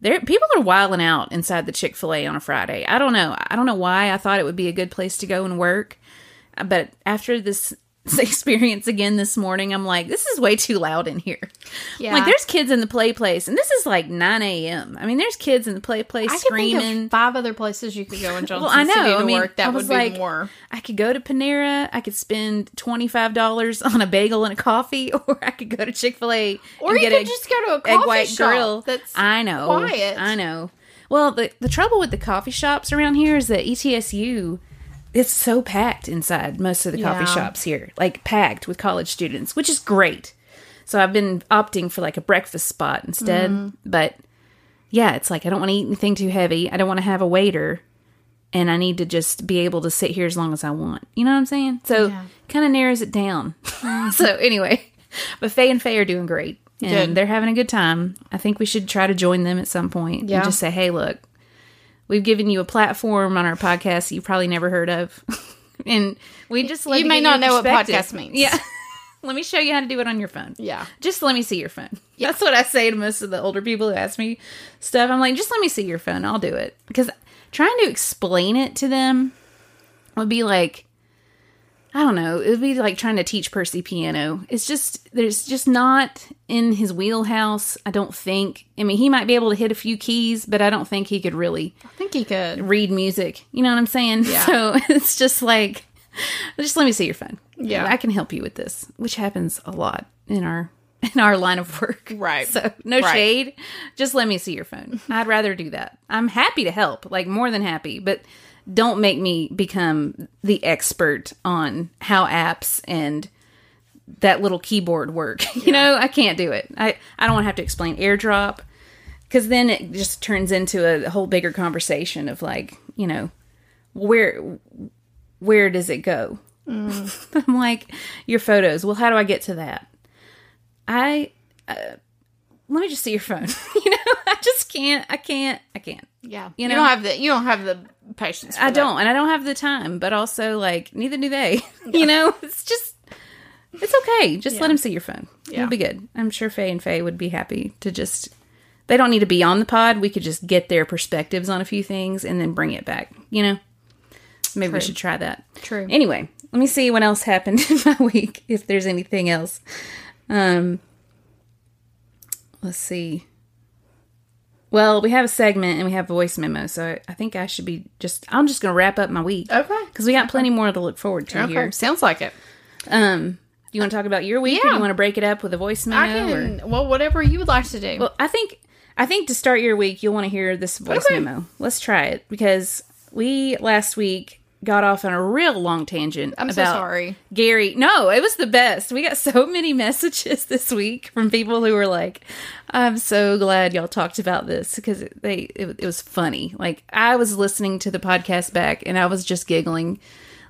S1: they're people are wilding out inside the Chick Fil A on a Friday. I don't know, I don't know why I thought it would be a good place to go and work, but after this experience again this morning, I'm like, this is way too loud in here.
S2: Yeah.
S1: Like there's kids in the play place, and this is like 9 a.m. I mean, there's kids in the play place
S2: I
S1: screaming.
S2: Can think of five other places you could go in Johnson
S1: well, I know.
S2: City to
S1: I mean,
S2: work that
S1: I
S2: would
S1: was
S2: be
S1: like,
S2: more.
S1: I could go to Panera. I could spend twenty five dollars on a bagel and a coffee, or I could go to Chick fil A
S2: Or
S1: and
S2: you
S1: get
S2: could
S1: a
S2: just go to a
S1: egg
S2: coffee
S1: white
S2: shop
S1: grill.
S2: that's
S1: I know.
S2: quiet.
S1: I know. Well, the the trouble with the coffee shops around here is that E ETSU. It's so packed inside most of the coffee
S2: Yeah.
S1: shops here, like packed with college students, which is great. So I've been opting for like a breakfast spot instead.
S2: Mm-hmm.
S1: But yeah, it's like I don't want to eat anything too heavy. I don't want to have a waiter. And I need to just be able to sit here as long as I want. You know what I'm saying? So
S2: Yeah.
S1: kind of narrows it down. so anyway, but Faye and Faye are doing great. And
S2: Good.
S1: they're having a good time. I think we should try to join them at some point
S2: Yeah.
S1: and just say, hey, look, we've given you a platform on our podcast you probably never heard of. and we just love
S2: You
S1: to
S2: may
S1: give
S2: not
S1: a
S2: know what
S1: perspective.
S2: podcast means.
S1: Yeah. let me show you how to do it on your phone.
S2: Yeah.
S1: Just let me see your phone. That's what I say to most of the older people who ask me stuff. I'm like, just let me see your phone. I'll do it. Because trying to explain it to them would be like, I don't know. It would be like trying to teach Percy piano. It's just, there's just not in his wheelhouse, I don't think. I mean, he might be able to hit a few keys, but I don't think he could really
S2: I think you could.
S1: read music. You know what I'm saying? So it's just like, just let me see your phone.
S2: Yeah.
S1: I can help you with this, which happens a lot in our in our line of work.
S2: Right.
S1: So no
S2: Right.
S1: shade. Just let me see your phone. I'd rather do that. I'm happy to help, like more than happy, but don't make me become the expert on how apps and that little keyboard work. You know, I can't do it. I, I don't want to have to explain airdrop because then it just turns into a whole bigger conversation of like, you know, where where does it go?
S2: Mm.
S1: I'm like, your photos. Well, how do I get to that? I uh, let me just see your phone. you know, I just can't. I can't. I can't.
S2: Yeah. You,
S1: You
S2: don't
S1: know?
S2: have the you don't have the patience. For
S1: I
S2: that.
S1: don't, and I don't have the time. But also, like, neither do they. you know, it's just, it's okay. Just let them see your phone.
S2: Yeah.
S1: It'll be good. I'm sure Faye and Faye would be happy to just. They don't need to be on the pod. We could just get their perspectives on a few things and then bring it back. You know, maybe we should try that.
S2: True.
S1: Anyway, let me see what else happened in my week. If there's anything else, um, let's see. Well, we have a segment and we have voice memo, so I think I should be just. I'm just going to wrap up my week
S2: Okay.
S1: because we got plenty more to look forward to here.
S2: Sounds like it.
S1: Um, you want to talk about your week, or
S2: Yeah.
S1: you want to break it up with a voice memo?
S2: I
S1: or-
S2: can. Well, whatever you would like to do.
S1: Well, I think I think to start your week, you'll want to hear this voice
S2: Okay.
S1: memo. Let's try it because we last week got off on a real long tangent.
S2: I'm so
S1: about
S2: sorry.
S1: Gary. No, it was the best. We got so many messages this week from people who were like, "I'm so glad y'all talked about this because it, they it, it was funny." Like I was listening to the podcast back and I was just giggling.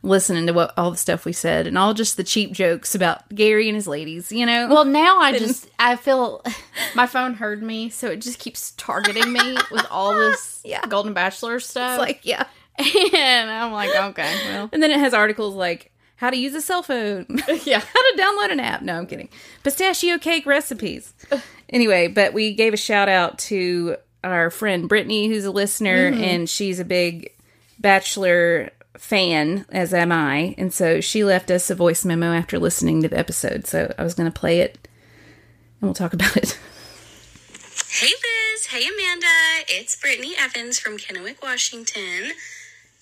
S1: Listening to what all the stuff we said and all just the cheap jokes about Gary and his ladies, you know.
S2: Well, now I just I feel my phone heard me, so it just keeps targeting me with all this
S1: Yeah.
S2: Golden Bachelor stuff.
S1: it's like, yeah,
S2: and I'm like, okay, well,
S1: And then it has articles like how to use a cell phone, how
S2: yeah.
S1: to download an app. No, I'm kidding. Pistachio cake recipes. Anyway, but we gave a shout out to our friend Brittany, who's a listener,
S2: Mm-hmm.
S1: and she's a big Bachelor fan, as am I. And so she left us a voice memo after listening to the episode. So I was going to play it and we'll talk about it.
S3: Hey Biz, hey Amanda, it's Brittany Evans from Kennewick, Washington.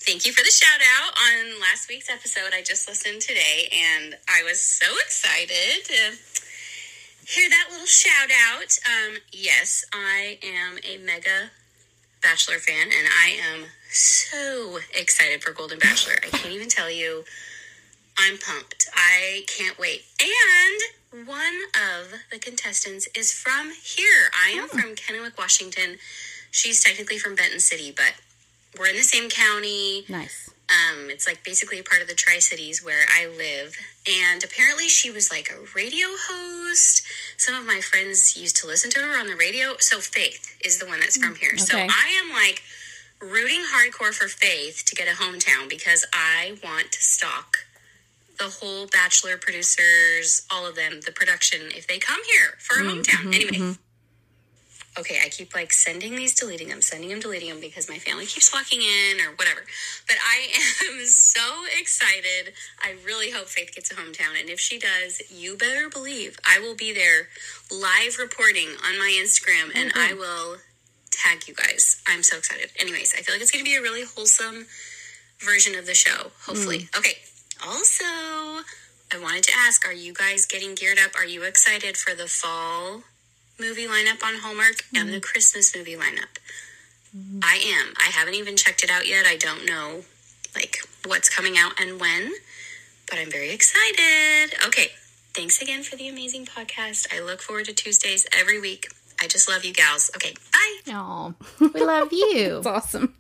S3: Thank you for the shout out on last week's episode. I just listened today and I was so excited to hear that little shout out. Um, yes, I am a mega Bachelor fan and I am so excited for Golden Bachelor. I can't even tell you. I'm pumped. I can't wait. And one of the contestants is from here. I am from Kennewick, Washington. She's technically from Benton City, but we're in the same county.
S1: Nice.
S3: Um, it's like basically a part of the Tri Cities where I live. And apparently, she was like a radio host. Some of my friends used to listen to her on the radio. So, Faith is the one that's from here. So,
S1: okay.
S3: I am like rooting hardcore for Faith to get a hometown because I want to stalk the whole Bachelor producers, all of them, the production, if they come here for a hometown. anyway. Okay, I keep like sending these, deleting them, sending them, deleting them because my family keeps walking in or whatever. But I am so excited. I really hope Faith gets a hometown. And if she does, you better believe I will be there live reporting on my Instagram and I will tag you guys. I'm so excited. Anyways, I feel like it's going to be a really wholesome version of the show, hopefully. Okay. Also, I wanted to ask are you guys getting geared up? Are you excited for the fall movie lineup on Hallmark and the Christmas movie lineup? I am. I haven't even checked it out yet. I don't know like what's coming out and when, but I'm very excited. Okay. Thanks again for the amazing podcast. I look forward to Tuesdays every week. I just love you gals. Okay. Bye.
S2: Aw, we love you.
S1: It's awesome.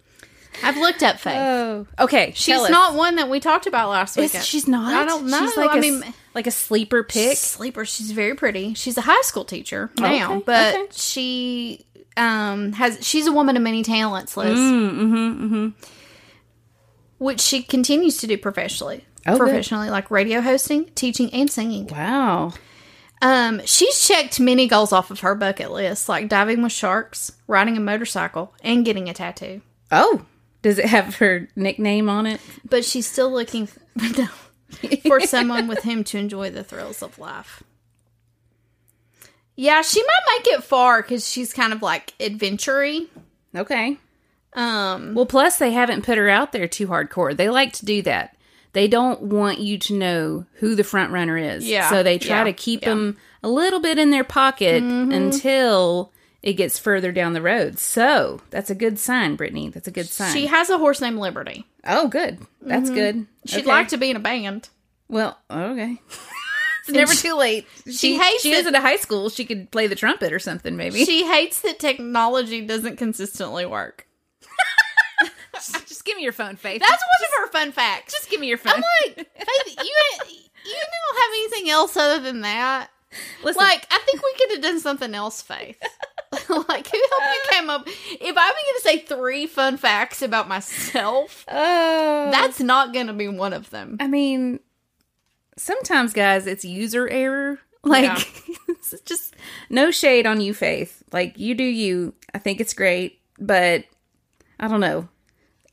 S2: I've looked up Faith.
S1: Oh, okay.
S2: She's not one that we talked about last week.
S1: She's not.
S2: I don't know.
S1: She's like
S2: I
S1: a s-
S2: mean,
S1: like a sleeper pick.
S2: sleeper. She's very pretty. She's a high school teacher now,
S1: Oh, Okay,
S2: but
S1: okay.
S2: she um has she's a woman of many talents, Liz.
S1: Mm,
S2: Mm-hmm, Which she continues to do professionally.
S1: Oh, good.
S2: professionally, like radio hosting, teaching, and singing.
S1: Wow.
S2: Um, she's checked many goals off of her bucket list, like diving with sharks, riding a motorcycle, and getting a tattoo.
S1: Oh, does it have her nickname on it?
S2: But she's still looking no, for someone with him to enjoy the thrills of life. Yeah, she might make it far because she's kind of like adventury.
S1: Okay.
S2: Um,
S1: Well, plus they haven't put her out there too hardcore. They like to do that. They don't want you to know who the front runner is.
S2: Yeah,
S1: So they try
S2: yeah,
S1: to keep them a little bit in their pocket until it gets further down the road. So that's a good sign, Brittany. That's a good sign.
S2: she has a horse named Liberty.
S1: oh, good. That's good.
S2: She'd
S1: Okay.
S2: like to be in a band.
S1: Well, okay. it's never too late. She,
S2: hates
S1: She
S2: it.
S1: is at a high school. She could play the trumpet or something, maybe.
S2: She hates that technology doesn't consistently work.
S1: just give me your phone, Faith.
S2: That's one of her fun facts.
S1: just give me your phone.
S2: like, Faith, you you don't have anything else other than that.
S1: Listen,
S2: Like, I think we could have done something else, Faith. like, who helped you came up? If I'm going to say three fun facts about myself,
S1: oh,
S2: that's not going to be one of them.
S1: I mean, sometimes, guys, it's user error. Like, it's just no shade on you, Faith. Like, you do you. I think it's great, but I don't know.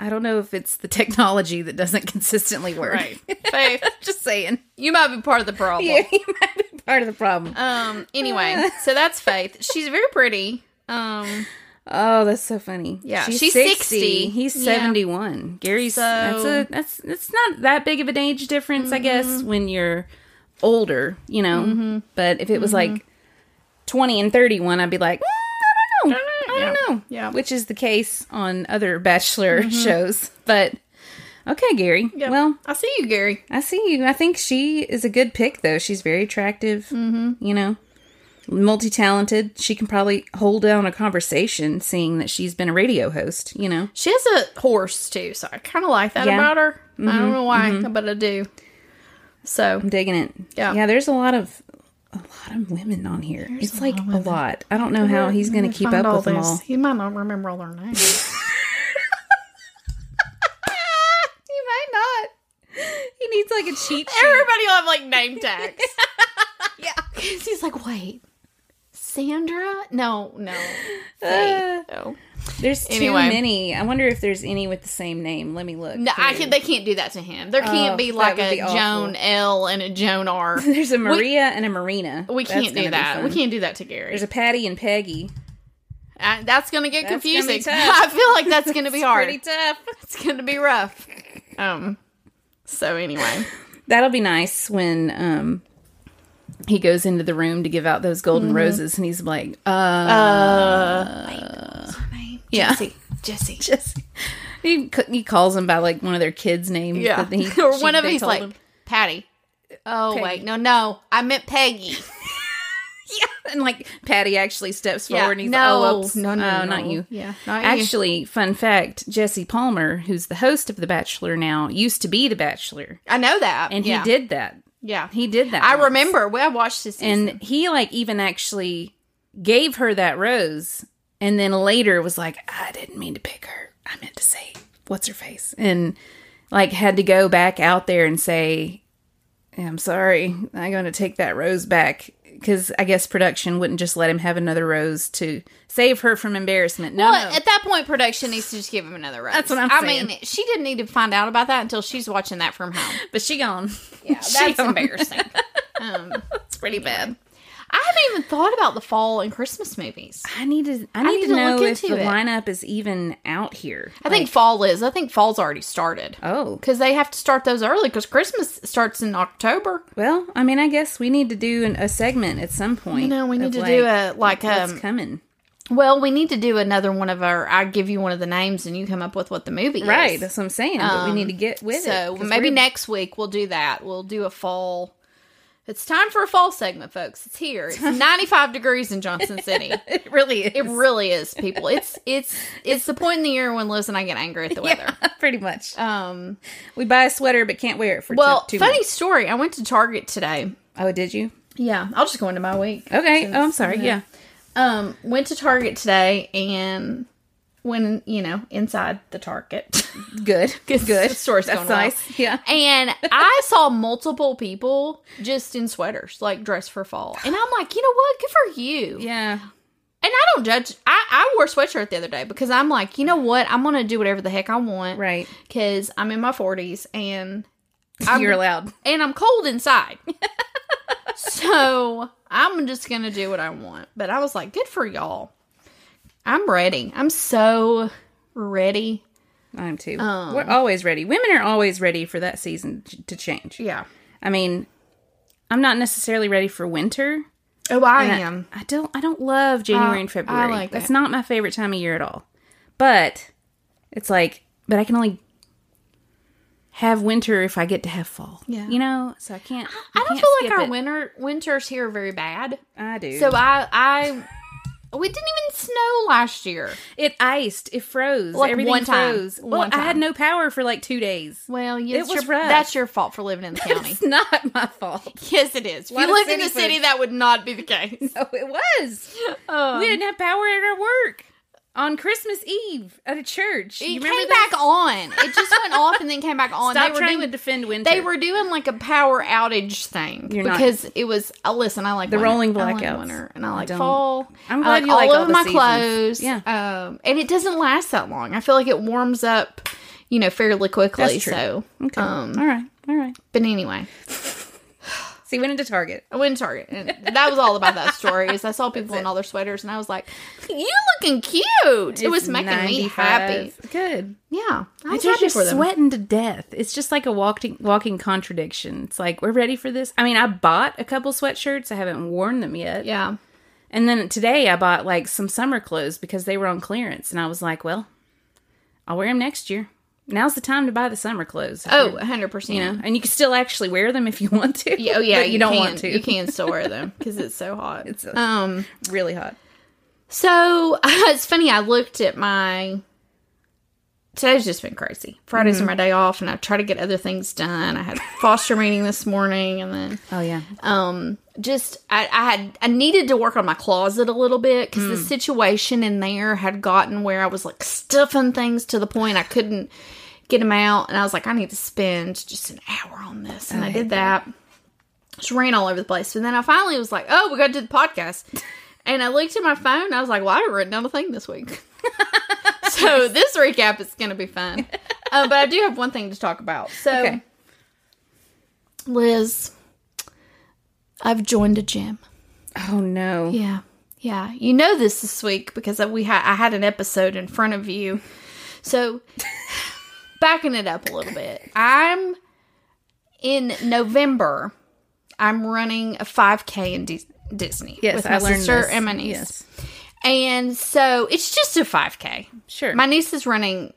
S1: I don't know if it's the technology that doesn't consistently work.
S2: Faith,
S1: just saying.
S2: you might be part of the problem.
S1: Yeah, you might be part of the problem.
S2: Um. Anyway, so that's Faith. She's very pretty. Um.
S1: Oh, that's so funny.
S2: Yeah, she's 60.
S1: He's
S2: Yeah.
S1: 71. Gary's
S2: So-
S1: that's a that's it's not that big of an age difference, I
S2: Mm-hmm.
S1: guess, when you're older, you know. But if it was like 20 and 31, I'd be like, "Mm, I don't know. I don't know.
S2: Mm-hmm. Yeah. Mm-hmm.
S1: Which is the case on other bachelor shows. But okay, Gary.
S2: Yeah.
S1: Well,
S2: I see you, Gary.
S1: I see you. I think she is a good pick, though. She's very attractive. Mm-hmm. You know, multi talented. She can probably hold down a conversation, seeing that she's been a radio host. You know,
S2: She has a horse too, so I kind of like that
S1: Yeah. Mm-hmm.
S2: about her. I don't know why, but I do. So
S1: I'm digging it.
S2: Yeah.
S1: yeah. There's a lot of a lot of women on here. it's like a lot. I don't know how he's going to keep
S2: find
S1: up with them
S2: this.
S1: all.
S2: He might not remember all their names.
S1: He might not. He needs like a cheat sheet.
S2: Everybody will have like name tags. yeah, he's like, wait, Sandra? No, no. Faith. Oh.
S1: There's too
S2: Anyway.
S1: many. I wonder if there's any with the same name. Let me look.
S2: No, I
S1: through.
S2: can. They can't do that to him. There can't
S1: Oh,
S2: be
S1: that
S2: like
S1: would
S2: a
S1: be awful.
S2: Joan L and a Joan R.
S1: There's a Maria and a Marina.
S2: We
S1: That's
S2: can't
S1: gonna
S2: do
S1: be
S2: that. We
S1: fun.
S2: can't do that to Gary.
S1: There's a Patty and Peggy.
S2: I- that's gonna get
S1: That's gonna be
S2: confusing.
S1: tough.
S2: I feel like that's gonna be hard.
S1: Pretty tough.
S2: it's gonna be rough. Um. So anyway,
S1: That'll be nice when um he goes into the room to give out those golden
S2: Mm-hmm.
S1: roses and he's like, uh, yeah.
S2: Uh, Jesse, Jesse.
S1: Just he, c- he calls him by like one of their kids' names.
S2: Yeah.
S1: that he-
S2: or
S1: she-
S2: one of
S1: they
S2: them's
S1: told
S2: like
S1: him.
S2: Patty. Oh
S1: Peggy.
S2: wait, no, no, I meant Peggy.
S1: yeah, and like Patty actually steps
S2: Yeah.
S1: forward and he's like, oh, oops. Oh, not you.
S2: Yeah, not you.
S1: Actually, fun fact: Jesse Palmer, who's the host of The Bachelor now, used to be The Bachelor,
S2: I know that,
S1: and
S2: yeah.
S1: he did that.
S2: Yeah,
S1: He did that.
S2: I
S1: once.
S2: remember. Well, I watched this, season.
S1: and he like even actually gave her that rose and then later was like i didn't mean to pick her i meant to say what's her face and like had to go back out there and say i'm sorry i'm going to take that rose back because i guess production wouldn't just let him have another rose to save her from embarrassment no,
S2: Well,
S1: no.
S2: at that point, production needs to just give him another rose.
S1: That's what I'm
S2: I
S1: saying.
S2: mean, she didn't need to find out about that until she's watching that from home.
S1: but she gone
S2: Yeah, that's embarrassing. Um,
S1: it's pretty bad
S2: I haven't even thought about the fall and Christmas movies.
S1: i need to i need,
S2: need
S1: to,
S2: to
S1: know
S2: look
S1: if
S2: into
S1: the
S2: it.
S1: lineup is even out here
S2: I think fall is. I think fall's already started
S1: oh
S2: because they have to start those early because Christmas starts in October.
S1: Well, I mean, I guess we need to do an, a segment at some point.
S2: No, we
S1: of,
S2: need to
S1: like,
S2: do a like
S1: What's
S2: um.
S1: coming?
S2: Well, we need to do another one of our. I give you one of the names and you come up with what the movie
S1: Right,
S2: is.
S1: that's what I'm saying. but we need to get with
S2: Um, So
S1: it. 'cause
S2: maybe
S1: we're-
S2: next week we'll do that. We'll do a fall. It's time for a fall segment, folks. It's here. It's 95 degrees in Johnson City.
S1: it really is
S2: It really is, people. It's it's it's the point in the year when Liz and I get angry at the weather.
S1: pretty much.
S2: Um.
S1: We buy a sweater but can't wear it for
S2: Well,
S1: two, two
S2: funny
S1: months.
S2: story. I went to Target today.
S1: Oh, did you?
S2: Yeah, I'll just go into my week.
S1: Okay. oh, I'm sorry. Yeah.
S2: Um, went to Target today and when you know inside the Target.
S1: Good. Good. Good.
S2: The store's
S1: That's
S2: going well.
S1: nice. Yeah.
S2: And I saw multiple people just in sweaters, like dressed for fall. And I'm like, you know what? Good for you.
S1: Yeah.
S2: And I don't judge. I, I wore a sweatshirt the other day because I'm like, you know what? I'm going to do whatever the heck I want.
S1: Right.
S2: Because I'm in my 40s and I'm,
S1: You're allowed.
S2: and I'm cold inside. so I'm just going to do what I want. But I was like, good for y'all. I'm ready. I'm so ready.
S1: I'm too.
S2: Um,
S1: We're always ready. Women are always ready for that season ch- to change.
S2: Yeah.
S1: I mean, I'm not necessarily ready for winter.
S2: Oh, I
S1: And
S2: am.
S1: I don't. I don't love January
S2: Oh, I-
S1: and February.
S2: I like
S1: That's
S2: that.
S1: not my favorite time of year at all. But it's like, but I can only have winter if I get to have fall.
S2: Yeah.
S1: you know. So I can't.
S2: I don't
S1: can't
S2: feel like
S1: skip
S2: our
S1: it.
S2: winter winters here are very bad.
S1: I do.
S2: So
S1: So
S2: I I we didn't even snow last year.
S1: it iced. It froze.
S2: Like,
S1: Everything
S2: one time.
S1: froze.
S2: One
S1: well, I
S2: time.
S1: had no power for like two days.
S2: Well,
S1: It was
S2: your,
S1: rough.
S2: that's your fault for living in the county.
S1: It's not my fault.
S2: yes, it is. If
S1: Lot
S2: you
S1: of
S2: lived in
S1: city
S2: the city,
S1: folks.
S2: that would not be the case.
S1: No, it was.
S2: Um,
S1: we didn't have power at our work on Christmas Eve at a church.
S2: it
S1: you
S2: came
S1: remember that?
S2: back on. It just went off and then came back on.
S1: Stop
S2: they were
S1: trying to
S2: doing
S1: defend winter.
S2: they were doing like a power outage thing
S1: You're not-
S2: because it was. Uh, listen, I like
S1: The
S2: winter.
S1: rolling
S2: I like
S1: blackouts.
S2: winter, and I like
S1: don't.
S2: fall.
S1: I'm
S2: I
S1: glad you like
S2: all
S1: all
S2: of
S1: the
S2: my
S1: seasons.
S2: clothes.
S1: Yeah.
S2: um, and it doesn't last that long. I feel like it warms up, you know, fairly quickly.
S1: That's true.
S2: So,
S1: Okay.
S2: um,
S1: all right. All right.
S2: but anyway,
S1: So he went into Target.
S2: I went to Target. And that was all about that story. Is I saw people in all their sweaters, and I was like, "You looking cute." it was
S1: It's
S2: making me happy.
S1: 95. Good.
S2: Yeah, I was
S1: They're
S2: happy
S1: just
S2: for them.
S1: sweating to death. It's just like a walking walking contradiction. It's like we're ready for this. I mean, I bought a couple sweatshirts. I haven't worn them yet.
S2: Yeah,
S1: And then today I bought like some summer clothes because they were on clearance, and I was like, well, I'll wear them next year. Now's the time to buy the summer clothes. If
S2: Oh,
S1: you're-
S2: 100%.
S1: you know, and you can still actually wear them if you want to.
S2: Yeah, oh yeah,
S1: but you, don't
S2: can,
S1: want to.
S2: You can still wear them cuz it's so hot.
S1: It's a-
S2: um
S1: Really hot.
S2: so it's funny I looked at my today's just been crazy. Fridays are my day off and I try to get other things done. I had foster meeting this morning and then
S1: Oh yeah.
S2: um just I, I had I needed to work on my closet a little bit because the situation in there had gotten where I was like stuffing things to the point I couldn't get them out, and I was like, I need to spend just an hour on this, and I, did that. Just ran all over the place, and then I finally was like, Oh, we got to do the podcast, and I looked at my phone, and I was like, Well, I haven't written down a thing this week, so this recap is gonna be fun. Uh, but I do have one thing to talk about. So,
S1: Okay.
S2: Liz, I've joined a gym.
S1: Oh no.
S2: Yeah, yeah. You know this this week because we had I had an episode in front of you. So backing it up a little bit, I'm in November. I'm running a 5K in Dis Disney
S1: Yes,
S2: with my
S1: I learned
S2: sister
S1: this.
S2: and my niece,
S1: Yes.
S2: and so it's just a 5K.
S1: Sure.
S2: My niece is running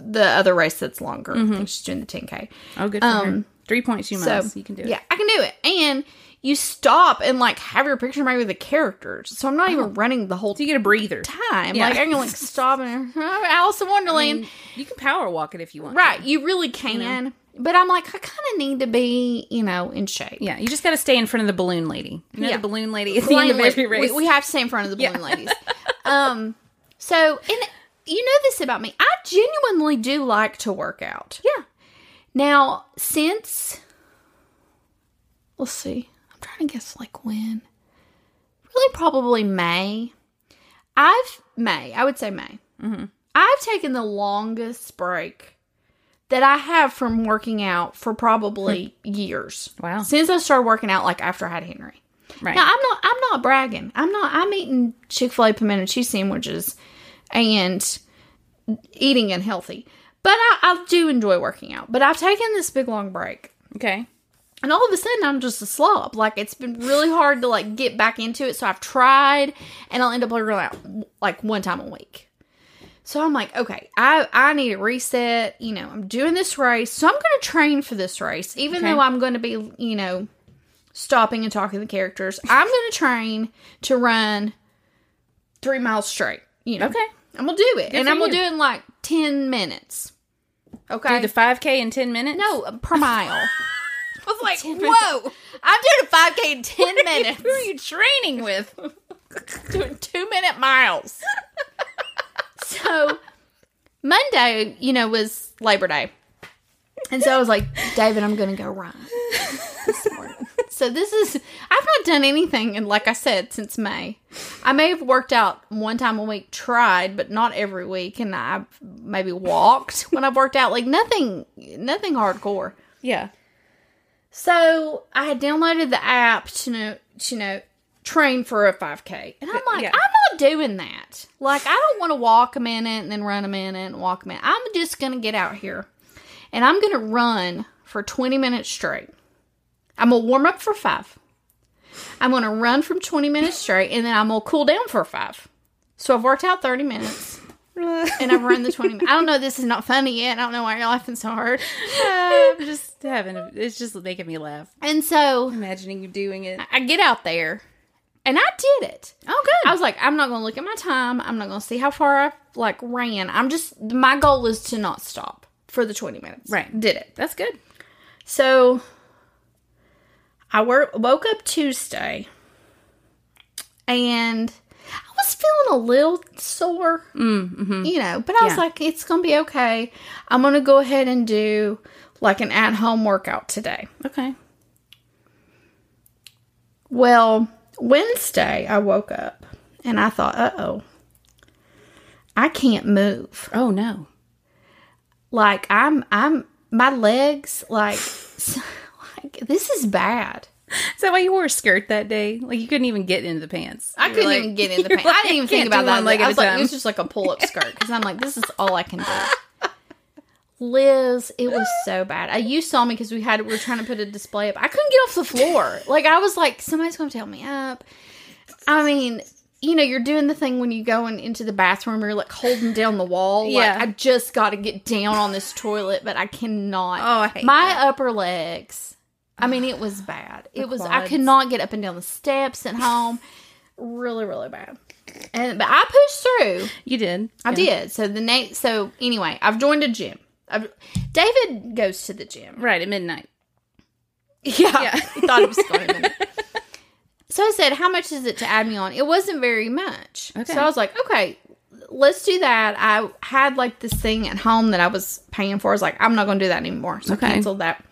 S2: the other race that's longer.
S1: Mm-hmm.
S2: I think she's doing the 10K.
S1: oh good for her. Three points you
S2: um, So
S1: must. you can do it.
S2: Yeah, I can do it. And you stop and like have your picture made with the characters. So I'm not even running the whole
S1: Oh. So you get a breather.
S2: time.
S1: Yeah.
S2: Like I can like stop and oh, Alice in Wonderland.
S1: You can power walk it if you want.
S2: right, you really can. But I'm like, I kind of need to be, you know, in shape.
S1: Yeah, you just got to stay in front of the balloon lady. You know
S2: Yeah.
S1: the balloon lady at the
S2: Blaine
S1: end of
S2: Lip-
S1: every race.
S2: We, we have to stay in front of the balloon ladies. Um, so and you know this about me. I genuinely do like to work out.
S1: yeah.
S2: Now, since let's see, I'm trying to guess like when. Really, probably May. I've May. I would say May.
S1: Mm-hmm.
S2: I've taken the longest break that I have from working out for probably years.
S1: Hmm. Wow.
S2: Since I started working out, like after I had Henry.
S1: Right.
S2: Now I'm not. I'm not bragging. I'm not. I'm eating Chick Fil A pimento cheese sandwiches, and eating unhealthy. But I, I do enjoy working out. But I've taken this big long break,
S1: okay.
S2: and all of a sudden I'm just a slob. Like it's been really hard to like get back into it. So I've tried, and I'll end up working out like one time a week. So I'm like, okay, I I need a reset. You know, I'm doing this race, so I'm going to train for this race, even
S1: Okay.
S2: though I'm going to be, you know, stopping and talking to the characters. I'm going to train to run three miles straight. You know,
S1: Okay.
S2: I'm gonna do it, and
S1: for
S2: I'm gonna
S1: you.
S2: do it in like ten minutes. Okay.
S1: Do the 5K in 10 minutes?
S2: no, per mile.
S1: I was like,
S2: Whoa! I'm doing a 5K in 10
S1: Who are
S2: minutes.
S1: you training with?
S2: doing two minute miles. so Monday, you know, was Labor Day. And so I was like, David, I'm going to go run. this morning." so this is, I've not done anything, and like I said, since May. I may have worked out one time a week, tried, but not every week. And I've maybe walked when I've worked out, like nothing, nothing hardcore.
S1: Yeah.
S2: So I had downloaded the app to know, to know, train for a 5K. And I'm like,
S1: yeah.
S2: I'm not doing that. Like, I don't want to walk a minute and then run a minute and walk a minute. I'm just going to get out here and I'm going to run for 20 minutes straight. I'm going to warm up for five. I'm going to run from 20 minutes straight and then I'm going to cool down for five. So I've worked out 30 minutes and I've run the 20 minutes. I don't know. This is not funny yet. I don't know why you're laughing so hard.
S1: I'm just having a, it's just making me laugh.
S2: And so
S1: Imagining you doing it.
S2: I get out there and I did it.
S1: Oh, good.
S2: I was like, I'm not gonna look at my time. I'm not gonna see how far I like ran. I'm just my goal is to not stop for the 20 minutes.
S1: Right.
S2: Did it.
S1: That's good.
S2: So I wor- woke up Tuesday and I was feeling a little sore, you know, but I was
S1: Mm-hmm. Yeah.
S2: like, it's going to be okay. I'm going to go ahead and do like an at home workout today.
S1: Okay.
S2: Well, Wednesday I woke up and I thought, uh oh, I can't move.
S1: Oh, no.
S2: Like I'm, I'm, my legs, like, like like, this is bad.
S1: Is that why you wore a skirt that day? Like you couldn't even get into the pants.
S2: I
S1: You were
S2: couldn't
S1: like-
S2: even get in the
S1: you were
S2: pants. I
S1: like,
S2: didn't even think
S1: "Can't do
S2: about that.
S1: one leg
S2: I
S1: at
S2: was
S1: a
S2: like, it
S1: time."
S2: was just like a pull up skirt because I'm like, this is all I can do. Liz, it was so bad. Uh, You saw me because we had we were trying to put a display up. I couldn't get off the floor. Like I was like, somebody's going to help me up. I mean, you know, you're doing the thing when you go in, into the bathroom. You're like holding down the wall.
S1: Yeah.
S2: Like I just got to get down on this toilet, but I cannot.
S1: Oh, I hate
S2: my upper legs. I mean, it was bad. It was. I
S1: quads.
S2: could not get up and down the steps at home. really, really bad. And but I pushed through.
S1: You did.
S2: I
S1: Yeah.
S2: did. So the next. So anyway, I've joined a gym. I've, David goes to the gym.
S1: Right at midnight.
S2: Yeah.
S1: Yeah.
S2: I thought it was going to be. So I said, How much is it to add me on? It wasn't very much.
S1: Okay.
S2: So I was like, Okay, let's do that. I had like this thing at home that I was paying for. I was like, I'm not going to do that anymore. So
S1: Okay.
S2: I canceled that.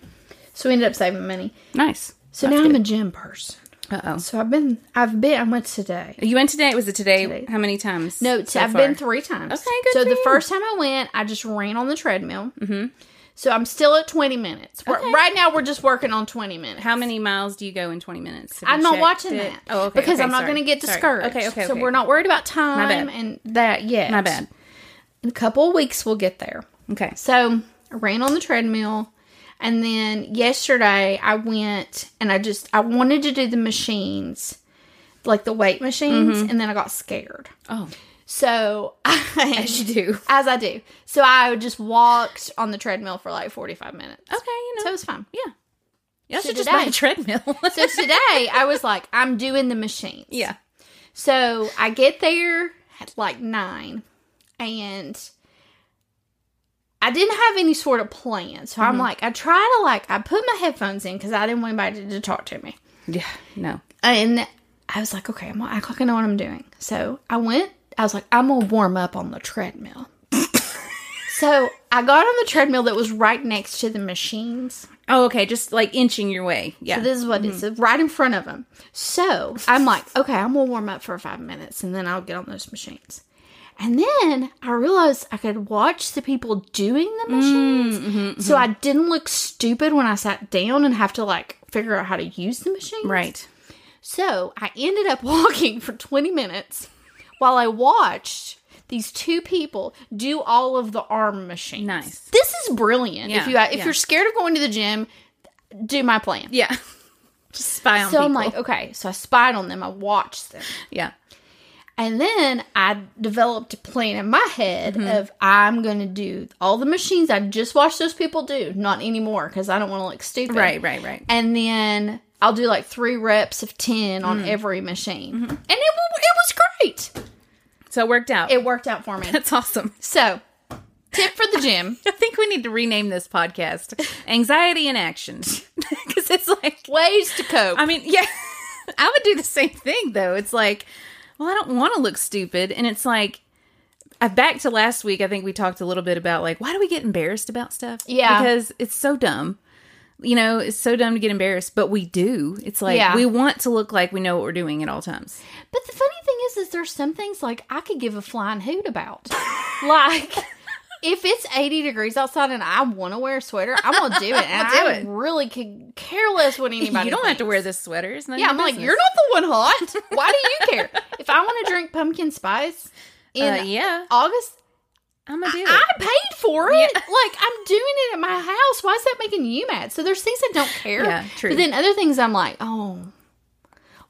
S2: So we ended up saving money.
S1: Nice.
S2: So now I'm a gym person.
S1: Uh oh.
S2: So I've been, I've been, I went today.
S1: You went today. Was it today?
S2: Today.
S1: How many times?
S2: No, t-
S1: so
S2: I've
S1: far?
S2: been three times.
S1: Okay, good
S2: So
S1: for
S2: the
S1: you.
S2: first time I went, I just ran on the treadmill. Mm-hmm. So I'm still at 20 minutes. We're-
S1: Okay.
S2: Right now, we're just working on 20 minutes.
S1: How many miles do you go in twenty minutes? Have
S2: I'm
S1: you
S2: not
S1: checked
S2: watching
S1: it?
S2: that.
S1: Oh, okay.
S2: Because
S1: okay,
S2: I'm not
S1: sorry.
S2: going to get
S1: Sorry.
S2: discouraged.
S1: Okay, okay.
S2: So
S1: okay.
S2: we're not worried about time
S1: bad.
S2: and that yet.
S1: My bad.
S2: In a couple of weeks, we'll get there.
S1: Okay.
S2: So I ran on the treadmill. And then yesterday, I went and I just, I wanted to do the machines, like the weight machines.
S1: Mm-hmm.
S2: And then I got scared.
S1: Oh,
S2: So I, as
S1: you do.
S2: As I do. So I just walked on the treadmill for like 45 minutes.
S1: okay. You know.
S2: So it was fun.
S1: yeah. Y'all
S2: So
S1: should
S2: did
S1: just buy
S2: I.
S1: a treadmill.
S2: So today, I was like, I'm doing the machines.
S1: yeah.
S2: So I get there at like nine, and I didn't have any sort of plan. So
S1: Mm-hmm.
S2: I'm like, I try to like, I put my headphones in because I didn't want anybody to, to talk to me.
S1: Yeah. No.
S2: And I was like, okay, I'm gonna act like I know what I'm doing. So I went. I was like, I'm gonna warm up on the treadmill. so I got on the treadmill that was right next to the machines.
S1: Oh, okay. Just like inching your way. Yeah.
S2: This is what it's right in front of them. So I'm like, okay, I'm gonna warm up for five minutes and then I'll get on those machines. And then I realized I could watch the people doing the machines. So I didn't look stupid when I sat down and have to like figure out how to use the machine.
S1: right.
S2: So I ended up walking for 20 minutes while I watched these two people do all of the arm machines.
S1: Nice.
S2: This is brilliant.
S1: Yeah,
S2: if you uh, if
S1: yeah.
S2: you're scared of going to the gym, do my plan.
S1: Yeah. Just spy on
S2: So
S1: people.
S2: I'm like, okay. So I spied on them. I watched them.
S1: yeah.
S2: And then I developed a plan in my head
S1: Mm-hmm.
S2: of I'm going to do all the machines I just watched those people do, not anymore because I don't want to look stupid.
S1: Right, right, right.
S2: And then I'll do like three reps of 10 on every machine. And it, wa- it was great.
S1: So it worked out.
S2: It worked out for me.
S1: That's awesome.
S2: so, tip for the gym.
S1: I think we need to rename this podcast Anxiety in Action. Because it's like,
S2: Ways to cope.
S1: I mean, yeah, I would do the same thing though. It's like, well, I don't want to look stupid. And it's like, I back to last week, I think we talked a little bit about like, why do we get embarrassed about stuff?
S2: Yeah.
S1: Because it's so dumb. You know, it's so dumb to get embarrassed, but we do. It's like,
S2: Yeah.
S1: we want to look like we know what we're doing at all times.
S2: But the funny thing is, is there's some things like I could give a flying hoot about. like if it's 80 degrees outside and I want to wear a sweater, I'm gonna do it. And
S1: do
S2: I
S1: it.
S2: really could care less what anybody.
S1: you don't have to
S2: thinks.
S1: wear this sweater. It's none of
S2: Yeah,
S1: your
S2: I'm like
S1: business.
S2: you're not the one hot. Why do you care? if I want to drink pumpkin spice in
S1: Uh, yeah,
S2: August,
S1: I'm gonna do it.
S2: I paid for it. Like I'm doing it at my house. Why is that making you mad? So there's things I don't care.
S1: Yeah, true.
S2: But then other things I'm like, oh,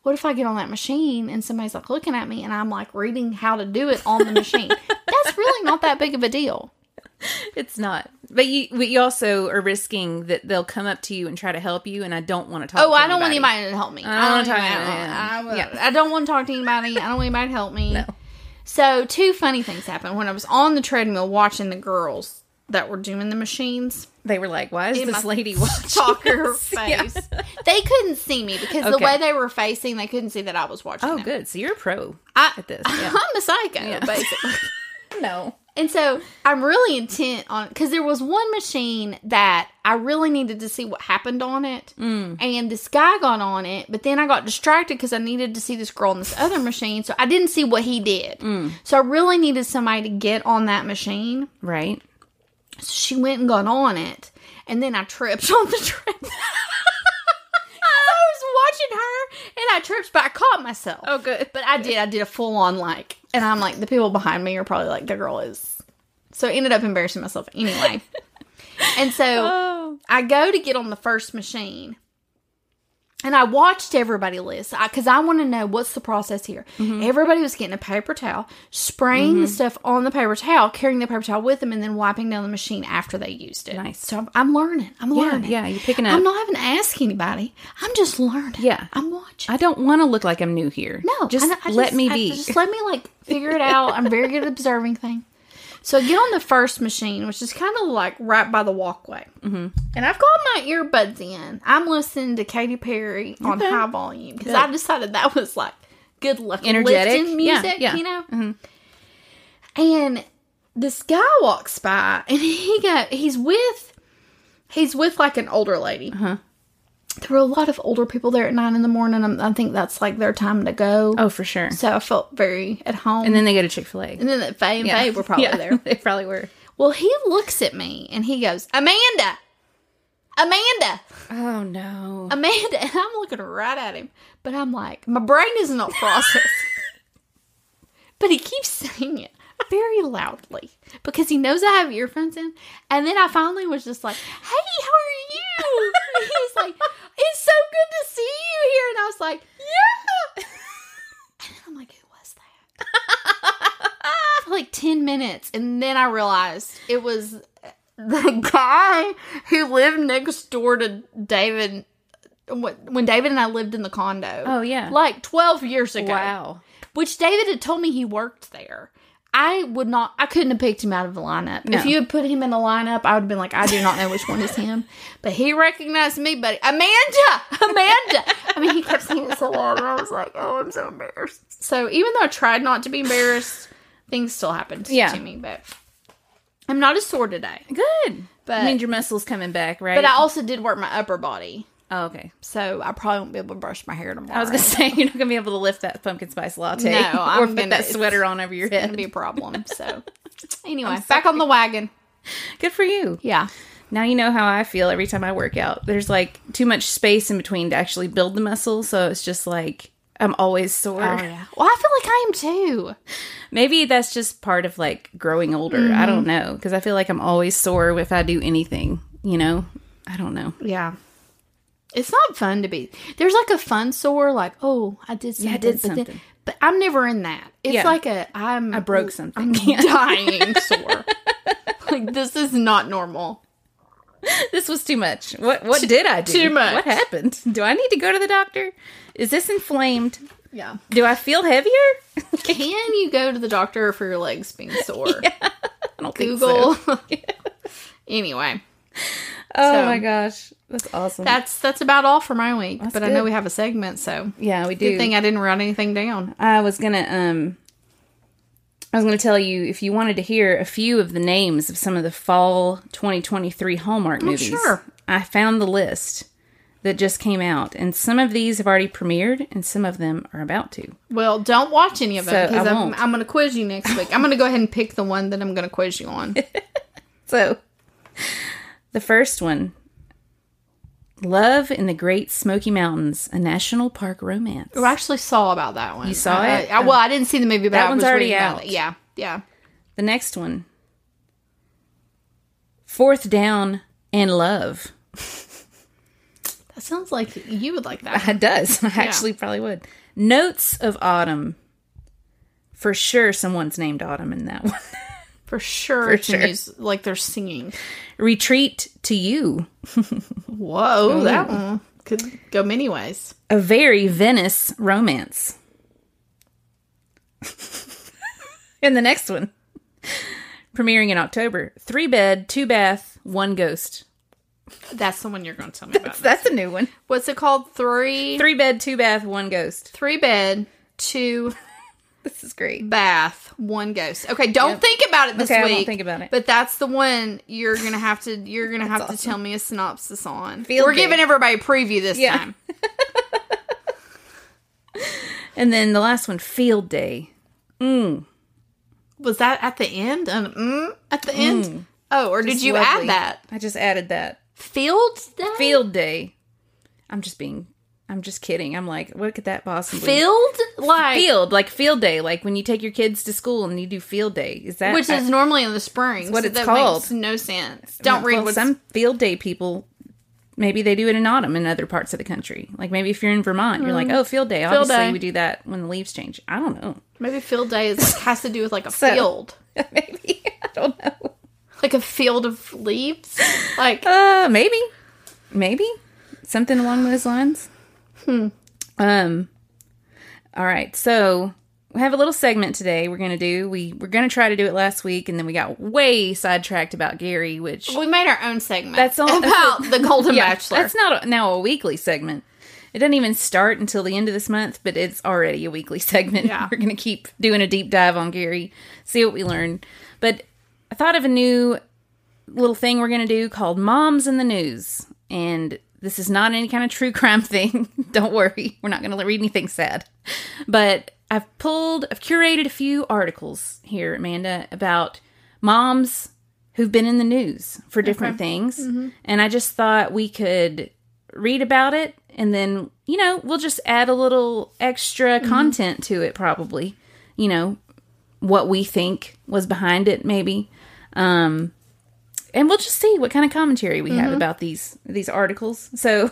S2: what if I get on that machine and somebody's like looking at me and I'm like reading how to do it on the machine? That's really not that big of a deal.
S1: It's not. But you but you also are risking that they'll come up to you and try to help you and I don't want to talk
S2: Oh,
S1: to
S2: I don't want
S1: anybody.
S2: anybody to help me.
S1: I don't wanna talk to
S2: anybody-
S1: anybody.
S2: I,
S1: Yeah.
S2: will- I don't want to talk to anybody. I don't want anybody to help me. So two funny things happened when I was on the treadmill watching the girls that were doing the machines.
S1: They were like, Why is
S2: in
S1: this
S2: my
S1: lady watching?
S2: stalker
S1: us?" Yeah.
S2: face. They couldn't see me because the
S1: Okay.
S2: way they were facing, they couldn't see that I was watching.
S1: Oh
S2: them.
S1: good. So you're a pro
S2: I,
S1: at this.
S2: I'm a psycho, basically.
S1: no.
S2: and so I'm really intent on because there was one machine that I really needed to see what happened on it,
S1: Mm.
S2: and this guy got on it, but then I got distracted because I needed to see this girl on this other machine, so I didn't see what he did.
S1: Mm.
S2: So I really needed somebody to get on that machine.
S1: Right.
S2: So she went and got on it, and then I tripped on the treadmill. I tripped, but I caught myself.
S1: Oh, good.
S2: But I did. I did a full on like, and I'm like, the people behind me are probably like, the girl is. So I ended up embarrassing myself anyway. and so
S1: Oh.
S2: I go to get on the first machine. And I watched everybody list because I, want to know what's the process here.
S1: Mm-hmm.
S2: Everybody was getting a paper towel, spraying the stuff on the paper towel, carrying the paper towel with them, and then wiping down the machine after they used it.
S1: Nice.
S2: So I'm, I'm learning. I'm learning.
S1: yeah, you're picking up.
S2: I'm not having to ask anybody. I'm just learning.
S1: Yeah.
S2: I'm watching.
S1: I don't want to look like I'm new here.
S2: no,
S1: just
S2: I- I
S1: let me
S2: I-
S1: be.
S2: just let me like figure it out. I'm very good at observing things. So I get on the first machine, which is kind of like right by the walkway. Mm-hmm. And I've got my earbuds in. I'm listening to Katy Perry on high volume because I decided that was like good luck
S1: Energetic.
S2: lifting
S1: Yeah,
S2: music,
S1: yeah. Mm-hmm.
S2: you know. And this guy walks by, and he go he's with he's with like an older lady.
S1: Uh-huh.
S2: There were a lot of older people there at nine in the morning. i I think that's like their time to go.
S1: oh, for sure.
S2: So I felt very at home.
S1: and then they go to Chick Fil A.
S2: And then the Faye and Faye were probably there.
S1: they probably were.
S2: Well, he looks at me and he goes, Amanda, Amanda,
S1: Oh no.
S2: Amanda. And I'm looking right at him, but I'm like, my brain is not processed. but he keeps saying it very loudly because he knows I have earphones in. And then I finally was just like, hey, how are you? And he was like, it's so good to see you here. And I was like, yeah. And then I'm like, who was that? For like 10 minutes. And then I realized it was the guy who lived next door to David wh- when David and I lived in the condo.
S1: Oh, yeah.
S2: Like 12 years ago.
S1: Wow.
S2: Which David had told me he worked there. I would not, I couldn't have picked him out of the lineup. If you had put him in the lineup, I would have been like, I do not know which one is him. But he recognized me, buddy. Amanda! Amanda! I mean, he kept saying it so loud, and I was like, oh, I'm so embarrassed. So even though I tried not to be embarrassed, things still happened
S1: Yeah.
S2: to me. But I'm not as sore today.
S1: Good. But
S2: But-
S1: I mean, your muscles coming back, right?
S2: But I also did work my upper body.
S1: oh, okay.
S2: So I probably won't be able to brush my hair tomorrow.
S1: I was gonna say you're not gonna be able to lift that pumpkin spice latte
S2: No,
S1: or
S2: I'm
S1: put
S2: gonna-
S1: that sweater on over your
S2: It's
S1: head.
S2: gonna be a problem. So anyway, back on the wagon.
S1: Good for you.
S2: Yeah.
S1: Now you know how I feel every time I work out. There's like too much space in between to actually build the muscle, so it's just like I'm always sore.
S2: Oh, Well, I feel like I am too.
S1: Maybe that's just part of like growing older. I
S2: Mm-hmm.
S1: don't know because I feel like I'm always sore if I do anything. You know, I don't know.
S2: Yeah. It's not fun to be. There's like a fun sore, like oh, I did something.
S1: I did
S2: but then-
S1: something.
S2: but I'm never in that. It's
S1: Yeah.
S2: like a I'm I
S1: broke something.
S2: I'm dying sore. Like this is not normal.
S1: This was too much. What what did I do?
S2: too much.
S1: What happened? Do I need to go to the doctor? Is this inflamed?
S2: Yeah.
S1: Do I feel heavier? I
S2: Can you go to the doctor for your legs being sore?
S1: don't think so.
S2: Google. anyway,
S1: Oh
S2: So-
S1: my gosh, that's awesome.
S2: that's that's about all for my week. but I know
S1: good.
S2: we have a segment, so
S1: yeah, we do.
S2: good thing I didn't write anything down.
S1: I was gonna um I was gonna tell you if you wanted to hear a few of the names of some of the fall 2023 Hallmark movies.
S2: sure.
S1: I found the list that just came out, and some of these have already premiered, and some of them are about to.
S2: Well, don't watch any of it
S1: So,
S2: because
S1: I
S2: I'm,
S1: won't.
S2: I'm going to quiz you next week. I'm going to go ahead and pick the one that I'm going to quiz you on.
S1: So, the first one. Love in the Great Smoky Mountains, a National Park Romance.
S2: I actually saw about that one. You
S1: saw it?
S2: I, well, I didn't see the movie, but
S1: That
S2: I
S1: one's
S2: was
S1: already
S2: reading about
S1: out.
S2: it. Yeah, yeah.
S1: The next one. Fourth Down and Love.
S2: That sounds like you would like that.
S1: It does. I actually probably would. Notes of Autumn. For sure, someone's named Autumn in that one.
S2: For sure. For
S1: sure.
S2: like they're singing.
S1: Retreat to You.
S2: Whoa, that one could go many ways.
S1: A very Venice romance. and the next one, premiering in October. Three bed, two bath, one ghost.
S2: That's the one you're going to tell me about.
S1: That's a new one.
S2: What's it called? Three,
S1: Three bed, two bath, one ghost.
S2: three bed, two
S1: This is great.
S2: bath, one ghost. Okay, don't think about it this
S1: Okay, I
S2: week.
S1: won't think about it.
S2: But that's the one you're gonna have to you're gonna have to tell me a synopsis on.
S1: Feel
S2: We're
S1: good.
S2: giving everybody a preview this
S1: Yeah.
S2: time.
S1: And then the last one, Field Day.
S2: Was that at the end? An mm at the end? Oh, or did you
S1: Lovely.
S2: add that
S1: I just added that.
S2: field day?
S1: Field Day. I'm just being. I'm just kidding. I'm like, what could that possibly
S2: Filled? Like,
S1: Field, like field day, like when you take your kids to school and you do field day. Is that
S2: which is
S1: I-
S2: normally in the spring.
S1: what
S2: so
S1: Uh, it's
S2: that
S1: called.
S2: Makes no sense. Don't read
S1: well,
S2: what's
S1: some field day people. Maybe they do it in autumn in other parts of the country. Like maybe if you're in Vermont, you're like, oh, field day. Obviously,
S2: Mm. day.
S1: we do that when the leaves change. I don't know.
S2: Maybe field day is like, has to do with like a
S1: So-
S2: field,
S1: maybe I don't know.
S2: like a field of leaves. Like
S1: Uh, maybe, maybe something along those lines. Hmm. Um. All right, so we have a little segment today. We're gonna do. We we're gonna try to do it last week, and then we got way sidetracked about Gary, which
S2: we made our own segment.
S1: That's all-
S2: about the Golden Bachelor.
S1: That's not a, now a weekly segment. It doesn't even start until the end of this month, but it's already a weekly segment.
S2: Yeah.
S1: We're going to keep doing a deep dive on Gary, see what we learn. But I thought of a new little thing we're going to do called Moms in the News. And this is not any kind of true crime thing. Don't worry. We're not going to read anything sad. But I've pulled, I've curated a few articles here, Amanda, about moms who've been in the news for different things. And I just thought we could read about it and then, you know, we'll just add a little extra
S2: Mm-hmm.
S1: content to it, probably. You know, what we think was behind it, maybe. Um, and we'll just see what kind of commentary we
S2: Mm-hmm.
S1: have about these these articles. So,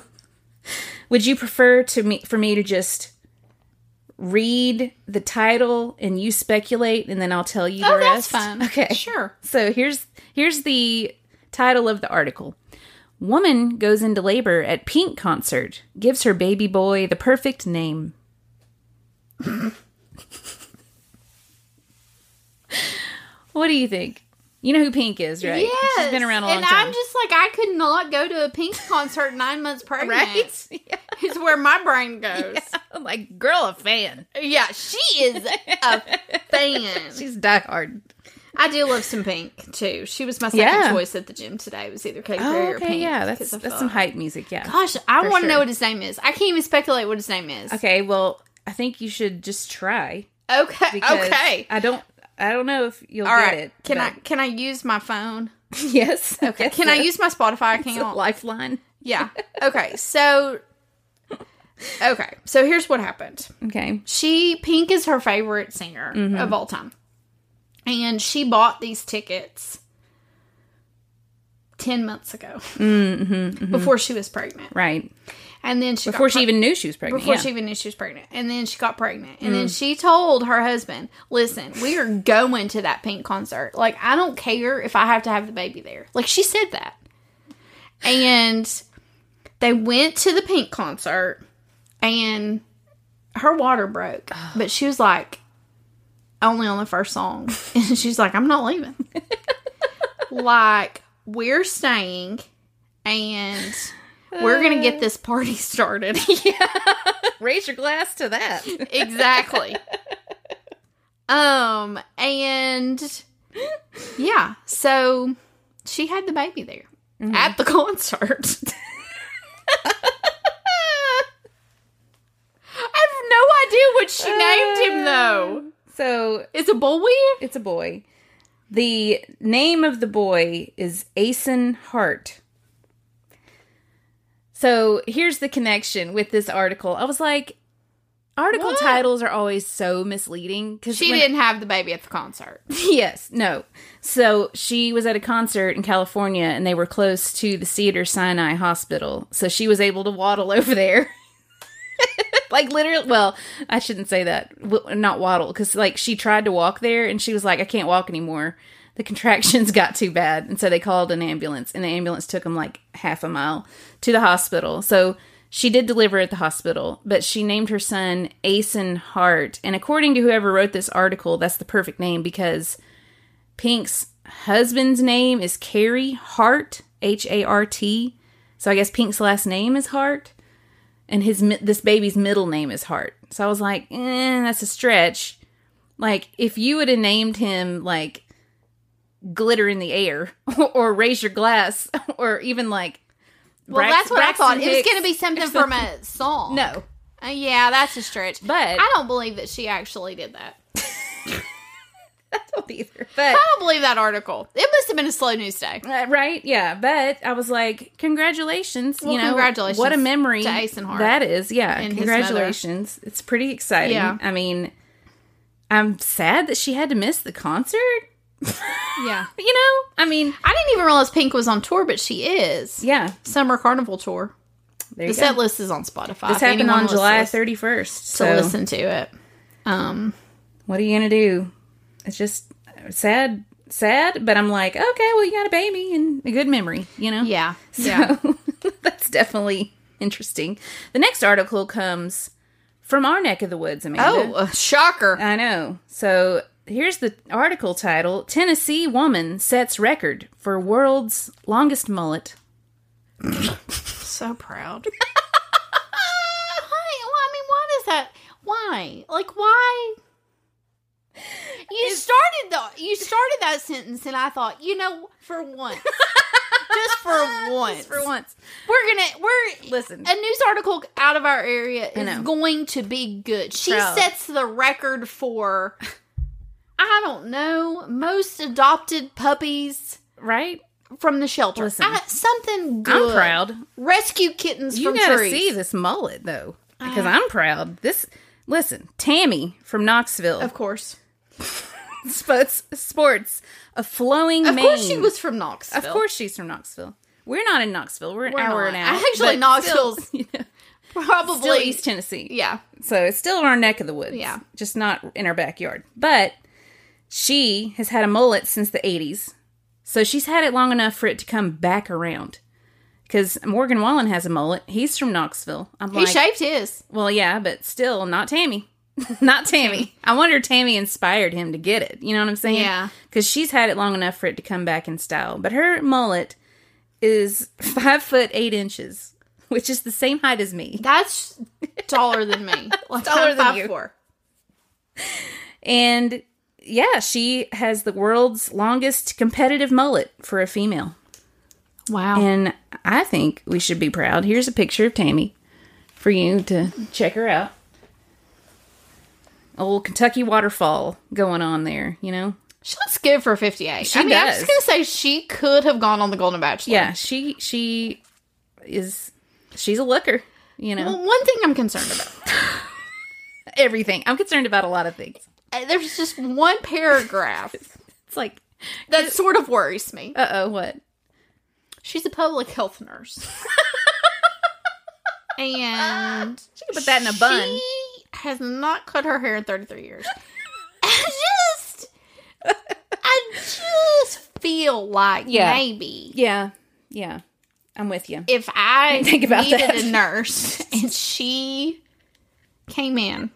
S1: would you prefer to me for me to just read the title and you speculate, and then I'll tell you the
S2: oh,
S1: rest?
S2: that's fun.
S1: Okay,
S2: sure.
S1: so here's here's the title of the article. Woman goes into labor at Pink concert, gives her baby boy the perfect name. what do you think? You know who Pink is, right?
S2: Yes,
S1: She's been around a long
S2: and
S1: time.
S2: I'm just like I could not go to a Pink concert nine months pregnant.
S1: right? Yeah.
S2: Is where my brain goes.
S1: I'm like, girl, a fan.
S2: Yeah, she is a fan.
S1: She's diehard.
S2: I do love some Pink too. She was my second
S1: Yeah.
S2: choice at the gym today. It was either Katy Perry
S1: Oh,
S2: or
S1: okay,
S2: Pink.
S1: yeah, that's
S2: 'cause I
S1: that's
S2: felt-
S1: some hype music, yeah.
S2: Gosh, I
S1: For
S2: want to
S1: sure.
S2: know what his name is. I can't even speculate what his name is.
S1: Okay, well, I think you should just try.
S2: Okay.
S1: because
S2: okay.
S1: I don't. I don't know if you'll
S2: All
S1: get
S2: right.
S1: it.
S2: can I
S1: but-
S2: can I use my phone?
S1: Yes.
S2: Okay. Can I use my Spotify account?
S1: lifeline?
S2: yeah. Okay. So Okay. So here's what happened.
S1: Okay.
S2: She Pink is her favorite singer
S1: Mm-hmm.
S2: of all time. And she bought these tickets 10 months ago. Before she was pregnant.
S1: Right.
S2: And then she got
S1: Mm-hmm, Before she
S2: preg-
S1: even knew she was pregnant.
S2: before
S1: yeah. Mm.
S2: she even knew she was pregnant. And then she got pregnant. And then she told her husband, Listen, we are going to that pink concert. Like, I don't care if I have to have the baby there. Like, she said that. And they went to the pink concert and her water broke. But she was like, only on the first song. And she's like, I'm not leaving. like, we're staying and we're going to
S1: Uh.
S2: get this party started.
S1: raise your glass to that.
S2: exactly. um, and yeah, so she had the baby there
S1: Mm-hmm.
S2: at the concert. I have no idea what she named him though.
S1: so
S2: It's a boy.
S1: it's a boy. The name of the boy is Asen Hart. So here's the connection with this article. I was like, article
S2: What?
S1: titles are always so misleading because
S2: She didn't have the baby at the concert.
S1: Yes, no. So she was at a concert in California and they were close to the Cedar Sinai Hospital. So she was able to waddle over there. like literally, well, I shouldn't say that. W- Not waddle cuz like she tried to walk there and she was like I can't walk anymore. The contractions got too bad and so they called an ambulance and the ambulance took them like half a mile to the hospital. So she did deliver at the hospital, but she named her son Asen Hart. And according to whoever wrote this article, that's the perfect name because Pink's husband's name is Carrie Hart, H A R T. So I guess Pink's last name is Hart, and his mi- this baby's middle name is Hart. So I was like, eh, that's a stretch. Like if you would have named him like glitter in the air or raise your glass or even like
S2: Well,
S1: Brax-
S2: that's what I
S1: Braxton
S2: thought. It was
S1: Hicks.
S2: going to be something from a song.
S1: no
S2: Uh, yeah, that's a stretch.
S1: But-
S2: I don't believe that she actually did that.
S1: health either. But
S2: I don't believe that article. It must have been a slow news day.
S1: Uh, right? Yeah. But I was like, congratulations.
S2: Well,
S1: you know,
S2: congratulations
S1: What a memory
S2: to Ace and Hart.
S1: that is. Yeah.
S2: And his mother.
S1: congratulations. It's pretty exciting.
S2: Yeah.
S1: I mean, I'm sad that she had to miss the concert.
S2: Yeah.
S1: You know, I mean,
S2: I didn't even realize Pink was on tour, but she is.
S1: yeah.
S2: Summer Carnival Tour.
S1: There
S2: The
S1: you
S2: set
S1: go.
S2: list is on Spotify.
S1: This
S2: if
S1: happened
S2: anyone
S1: on
S2: wants
S1: July
S2: to listen-
S1: 31st.
S2: to
S1: So
S2: listen to it. Um,
S1: what are you gonna do? It's just sad, sad. But I'm like, okay, well, you got a baby and a good memory. You know.
S2: yeah, yeah.
S1: So that's definitely interesting. The next article comes from our neck of the woods, Amanda.
S2: Oh, uh, shocker!
S1: I know. So here's the article title Tennessee Woman Sets Record for World's Longest Mullet.
S2: so proud. why? Well, I mean, why does that? Why? Like, why? You started the you started that sentence, and I thought, you know, for once, just for once,
S1: For once.
S2: we're gonna we're
S1: Listen.
S2: a news article out of our area is
S1: know.
S2: going to be good. She
S1: Proud.
S2: sets the record for I don't know most adopted puppies
S1: Right?
S2: from the shelter.
S1: Listen.
S2: I- something good.
S1: I'm proud.
S2: Rescue kittens
S1: You
S2: from
S1: gotta
S2: trees. Uh-huh.
S1: see this mullet, though, because I'm proud. This. Listen, Tammy from Knoxville
S2: Of course,
S1: sports, sports a flowing
S2: of
S1: mane.
S2: course, she was from Knoxville.
S1: Of course, she's from Knoxville. We're not in Knoxville. We're an
S2: We're
S1: hour
S2: not.
S1: and a half.
S2: Actually,
S1: but still-
S2: Knoxville's
S1: you know,
S2: probably
S1: still East Tennessee.
S2: Yeah,
S1: So it's still in our neck of the woods.
S2: Yeah.
S1: Just not in our backyard. But she has had a mullet since the 80s. So she's had it long enough for it to come back around. Because Morgan Wallen has a mullet. He's from Knoxville. I'm
S2: he
S1: like,
S2: shaved his.
S1: well, yeah, but still not Tammy. not Tammy. I wonder if Tammy inspired him to get it. You know what I'm saying?
S2: Yeah.
S1: Because she's had it long enough for it to come back in style. But her mullet is five foot eight inches, which is the same height as me.
S2: That's taller than me. Like,
S1: Taller
S2: I'm
S1: than
S2: five
S1: you.
S2: Four.
S1: And yeah, she has the world's longest competitive mullet for a female.
S2: Wow.
S1: And I think we should be proud. Here's a picture of Tammy for you to check her out. A little Kentucky waterfall going on there, you know?
S2: She looks good for 58. I mean, I'm
S1: does.
S2: just going to say she could have gone on the Golden Bachelor.
S1: Yeah, she she is she's a looker, you know.
S2: Well, one thing I'm concerned about.
S1: Everything. I'm concerned about a lot of things.
S2: uh, There's just one paragraph
S1: It's like,
S2: that sort of worries me.
S1: uh-oh, what?
S2: She's a public health nurse. and
S1: She could put that in a bun.
S2: she has not cut her hair in 33 years. I just I just feel like
S1: Yeah.
S2: maybe
S1: yeah. Yeah. I'm with you.
S2: if I
S1: Think about
S2: needed
S1: that.
S2: a nurse and she came in,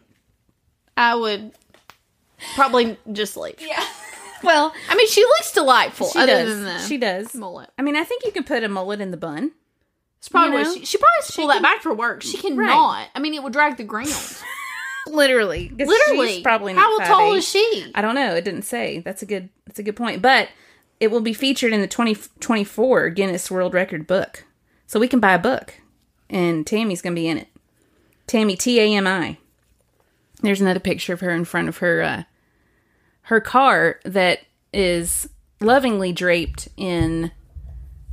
S2: I would probably just leave.
S1: Yeah. well,
S2: I mean, she looks delightful.
S1: She
S2: other
S1: does.
S2: than the
S1: She does.
S2: mullet.
S1: I mean, I think you can put a mullet in the bun.
S2: It's probably
S1: You know?
S2: she, she probably has to pull that back for work. She cannot. I mean, it would drag the ground.
S1: Literally, 'cause
S2: Literally,
S1: she's probably not
S2: how tall
S1: 5'8".
S2: is she?
S1: I don't know. It didn't say. That's a good. That's a good point. But it will be featured in the 2024 Guinness World Record book, so we can buy a book, and Tammy's gonna be in it. Tammy T A M I. There's another picture of her in front of her uh, her car that is lovingly draped in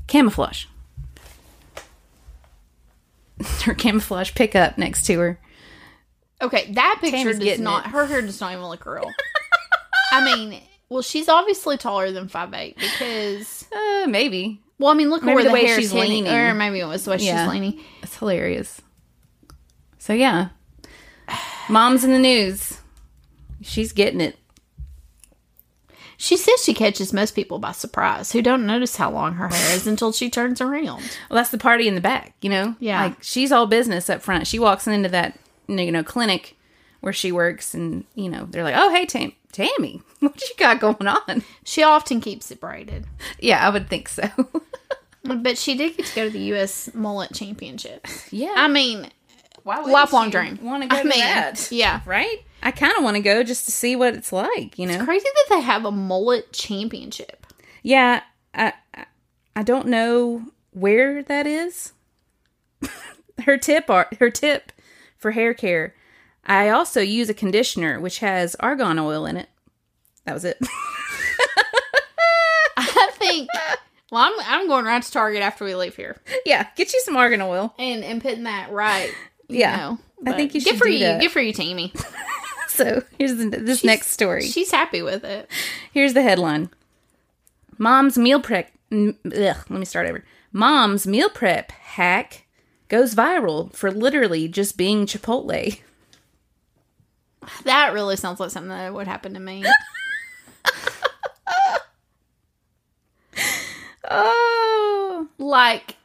S1: camouflage. her camouflage pickup next to her.
S2: Okay, that picture
S1: Tammy's
S2: does
S1: getting
S2: not.
S1: it.
S2: Her hair does not even look real. I mean, well, she's obviously taller than five eight because.
S1: Uh, maybe
S2: Well, I mean, look at
S1: Maybe
S2: where
S1: the
S2: the,
S1: way
S2: hair
S1: she's
S2: she's leaning,
S1: leaning.
S2: or maybe it was the way
S1: Yeah.
S2: she's leaning.
S1: It's hilarious. So yeah, mom's in the news. She's getting it.
S2: She says she catches most people by surprise who don't notice how long her hair is until she turns around.
S1: Well, that's the party in the back, you know.
S2: Yeah.
S1: like she's all business up front. She walks into that you know clinic where she works, and you know they're like, "Oh, hey, Tam- Tammy, what you got going on?"
S2: She often keeps it braided,
S1: Yeah, I would think so.
S2: but she did get to go to the U.S. Mullet Championships.
S1: yeah,
S2: I mean,
S1: Why wouldn't
S2: lifelong
S1: you
S2: dream.
S1: Want to go
S2: I
S1: to
S2: mean,
S1: that?
S2: yeah.
S1: right. I kind of want to go just to see what it's like, you know.
S2: crazy that they have a mullet championship.
S1: Yeah, I I- I don't know where that is. her tip are her tip for hair care. I also use a conditioner which has argon oil in it. That was it.
S2: think. Well, I'm I'm going right to Target after we leave here,
S1: Yeah, get you some argan oil.
S2: and and putting that right. you
S1: Yeah.
S2: know,
S1: I
S2: but
S1: think you
S2: good
S1: should
S2: for
S1: do
S2: you.
S1: that.
S2: Good for you, Tammy.
S1: So here's the, this next story.
S2: She's happy with it.
S1: Here's the headline: Mom's meal prep. n- Ugh, let me start over. Mom's meal prep hack goes viral for literally just being Chipotle.
S2: That really sounds like something that would happen to me.
S1: Oh,
S2: like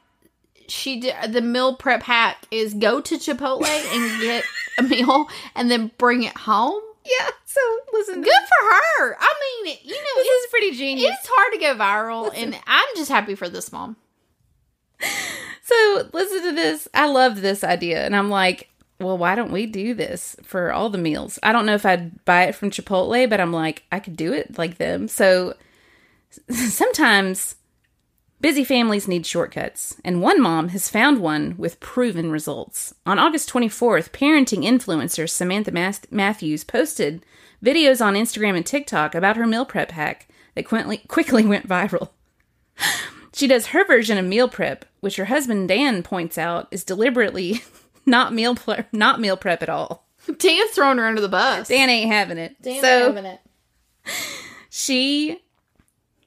S2: she did the meal prep hack is go to Chipotle and get a meal and then bring it home.
S1: yeah. So listen,
S2: Good for her. I mean, you know,
S1: This is pretty genius.
S2: it's hard to go viral, and I'm just happy for this mom.
S1: So listen to this. I love this idea, and I'm like, well, why don't we do this for all the meals? I don't know if I'd buy it from Chipotle, but I'm like, I could do it like them. So sometimes busy families need shortcuts, and one mom has found one with proven results. On August 24th, parenting influencer Samantha Mas- Matthews posted videos on Instagram and TikTok about her meal prep hack that quickly, quickly went viral. She does her version of meal prep, which her husband Dan points out is deliberately not meal pre- not meal prep at all.
S2: Dan's throwing her under the bus.
S1: Dan ain't having it.
S2: Dan's
S1: so
S2: having it.
S1: she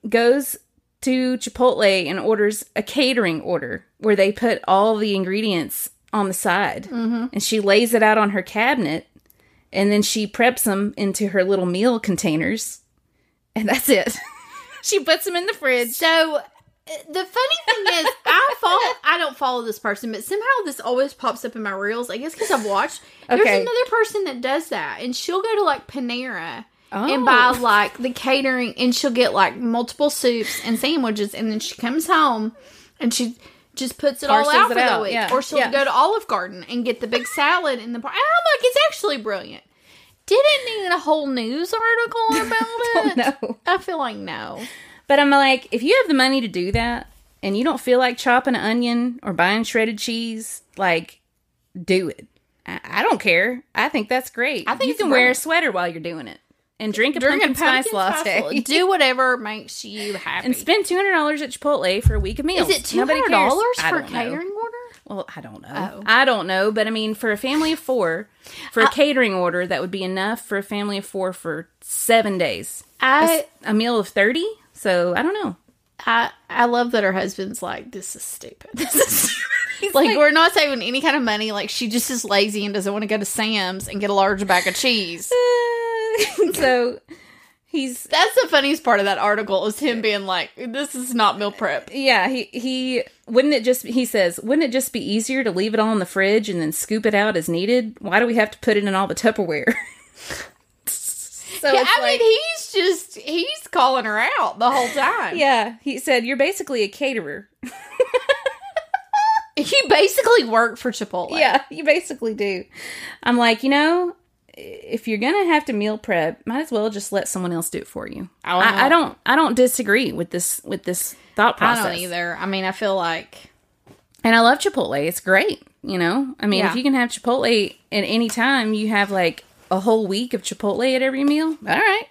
S1: goes to Chipotle and orders a catering order where they put all the ingredients on the side, and she lays it out on her cabinet, and then she preps them into her little meal containers, and that's it. she puts them in the fridge.
S2: So uh, the funny thing is, I follow. I don't follow this person, but somehow this always pops up in my reels. I guess because I've watched.
S1: Okay.
S2: There's another person that does that, and she'll go to like Panera
S1: Oh.
S2: and buy like the catering, and she'll get like multiple soups and sandwiches, and then she comes home and she just puts it all
S1: Parcels
S2: out
S1: it
S2: for
S1: out,
S2: the week,
S1: yeah,
S2: or she'll
S1: yeah.
S2: go to Olive Garden and get the big salad in the par- I'm like, it's actually brilliant. Didn't need a whole news article about it.
S1: no.
S2: I feel like no.
S1: But I'm like, if you have the money to do that and you don't feel like chopping an onion or buying shredded cheese, like, do it. I, I don't care. I think that's great. I
S2: think
S1: you
S2: it's
S1: can wear a
S2: brilliant.
S1: sweater while you're doing it and drink a
S2: Drink a
S1: pumpkin, spice latte
S2: latte. Do whatever makes you happy.
S1: and spend two hundred dollars at Chipotle for a week of
S2: is
S1: meals.
S2: it two
S1: Nobody
S2: hundred
S1: cares.
S2: dollars
S1: I
S2: for
S1: don't know.
S2: catering order?
S1: Well, I don't know.
S2: Oh.
S1: I don't know, but I mean, for a family of four, for a catering order, that would be enough for a family of four for seven days. A s-
S2: I
S1: a meal of thirty. So I don't know.
S2: I I love that her husband's like, this is stupid. This is like, we're not saving any kind of money. Like she just is lazy and doesn't want to go to Sam's and get a large bag of cheese.
S1: so he's
S2: That's the funniest part of that article is him being like, this is not meal prep.
S1: yeah he he wouldn't it just he says wouldn't it just be easier to leave it all in the fridge and then scoop it out as needed why do we have to put it in all the tupperware so
S2: Yeah,
S1: it's
S2: I
S1: like-
S2: mean, he's just he's calling her out the whole time.
S1: yeah he said you're basically a caterer
S2: he basically worked for Chipotle.
S1: yeah you basically do i'm like you know if you're gonna have to meal prep might as well just let someone else do it for you
S2: I don't
S1: i, I
S2: know.
S1: don't i don't disagree with this with this thought
S2: I
S1: process
S2: don't either. I mean, I feel like
S1: And I love Chipotle. It's great. You know, I mean,
S2: Yeah.
S1: if you can have Chipotle at any time, you have like a whole week of Chipotle at every meal. All right,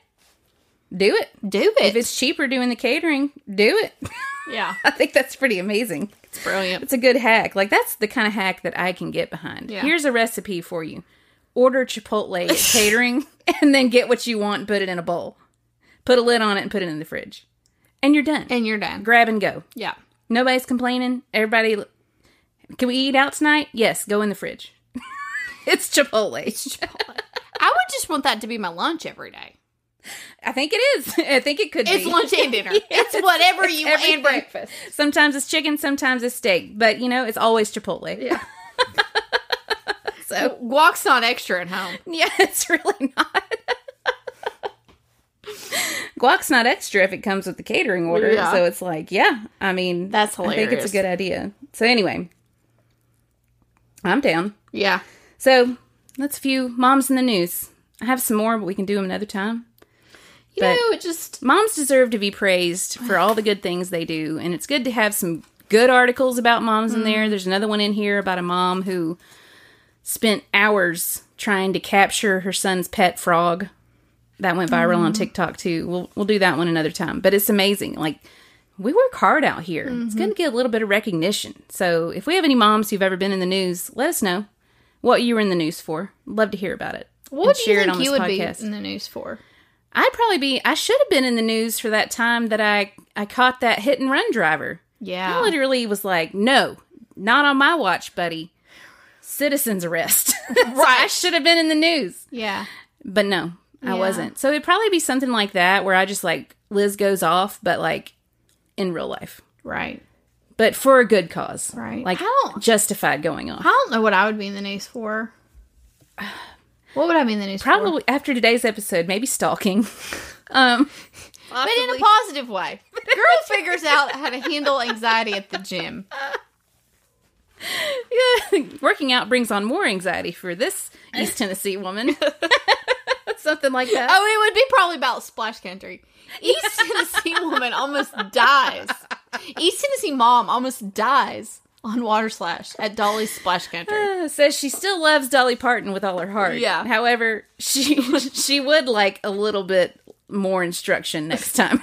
S1: do it.
S2: do
S1: If it's cheaper doing the catering, do it.
S2: yeah,
S1: I think that's pretty amazing.
S2: it's brilliant.
S1: It's a good hack. Like that's the kind of hack that I can get behind.
S2: Yeah.
S1: Here's a recipe for you: order Chipotle at catering, and then get what you want, and put it in a bowl, put a lid on it, and put it in the fridge, and you're done.
S2: And you're done.
S1: Grab and go.
S2: Yeah.
S1: Nobody's complaining. Everybody, can we eat out tonight? Yes, go in the fridge. it's Chipotle.
S2: I would just want that to be my lunch every day.
S1: I think it is. I think it could
S2: It's
S1: be.
S2: lunch and dinner. it's whatever you want
S1: everything.
S2: and breakfast.
S1: Sometimes it's chicken, sometimes it's steak, but you know, it's always Chipotle. Yeah,
S2: Guac's Uh, not extra at home.
S1: it's really not. Guac's not extra if it comes with the catering order.
S2: Yeah.
S1: So it's like, yeah, I mean,
S2: That's
S1: I think it's
S2: hilarious.
S1: a good idea. So anyway, I'm down.
S2: Yeah.
S1: So that's a few moms in the news. I have some more, but we can do them another time.
S2: You
S1: But-
S2: know, it just
S1: Moms deserve to be praised for all the good things they do, and it's good to have some good articles about moms in there. There's another one in here about a mom who spent hours trying to capture her son's pet frog. That went viral on TikTok too. We'll we'll do that one another time. But it's amazing. Like we work hard out here. It's going to get a little bit of recognition. So if we have any moms who've ever been in the news, let us know what you were in the news for. Love to hear about it.
S2: What
S1: and
S2: do you
S1: it
S2: think
S1: on
S2: you
S1: this
S2: would
S1: podcast.
S2: be in the news for?
S1: I'd probably be. I should have been in the news for that time that I I caught that hit and run driver. I
S2: Yeah.
S1: literally was like, no, not on my watch, buddy. Citizen's arrest. right. I should have been in the news.
S2: Yeah.
S1: But no, I
S2: Yeah.
S1: wasn't. So it'd probably be something like that where I just like Liz goes off, but like in real life.
S2: Right.
S1: But for a good cause.
S2: Right.
S1: Like
S2: I don't-
S1: justified going off.
S2: I don't know what I would be in the news for. What would I be in the news for?
S1: Probably after today's episode, maybe stalking. um
S2: But in a positive way. Girl figures out how to handle anxiety at the gym.
S1: yeah, working out brings on more anxiety for this East Tennessee woman. something like that.
S2: Oh, it would be probably about Splash Country. East Tennessee woman almost dies. East Tennessee mom almost dies on water slash at Dolly's Splash Country.
S1: Uh, says she still loves Dolly Parton with all her heart.
S2: Yeah.
S1: However, she she would like a little bit more instruction next time.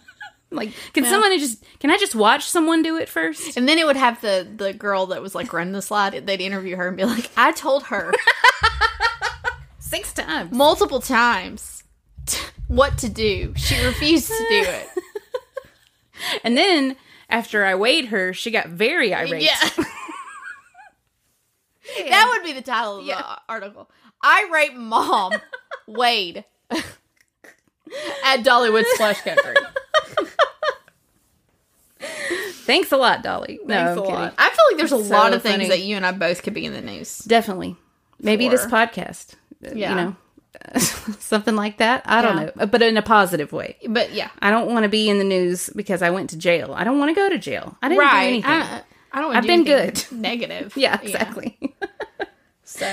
S1: like, can someone just can I just watch someone do it first?
S2: And then it would have the the girl that was like running the slide. They'd interview her and be like, "I told her
S1: Six times.
S2: multiple times t- what to do. She refused to do it."
S1: And then after I weighed her, she got very irate.
S2: Yeah. that would be the title of the article. I rape mom Wade at Dollywood Splash Country.
S1: Thanks a lot, Dolly.
S2: Thanks
S1: no,
S2: a
S1: I'm
S2: lot.
S1: kidding.
S2: I feel like there's a
S1: So
S2: lot of things
S1: funny.
S2: that you and I both could be in the news.
S1: Definitely. Maybe this
S2: For-
S1: podcast. uh,
S2: Yeah.
S1: You know. Something like that. I don't
S2: Yeah.
S1: know. But in a positive way.
S2: But yeah.
S1: I don't want to be in the news because I went to jail. I don't want to go to jail. I didn't do
S2: Right.
S1: anything.
S2: I, I don't wanna
S1: I've
S2: do
S1: been
S2: anything Negative.
S1: Uh, yeah, exactly.
S2: So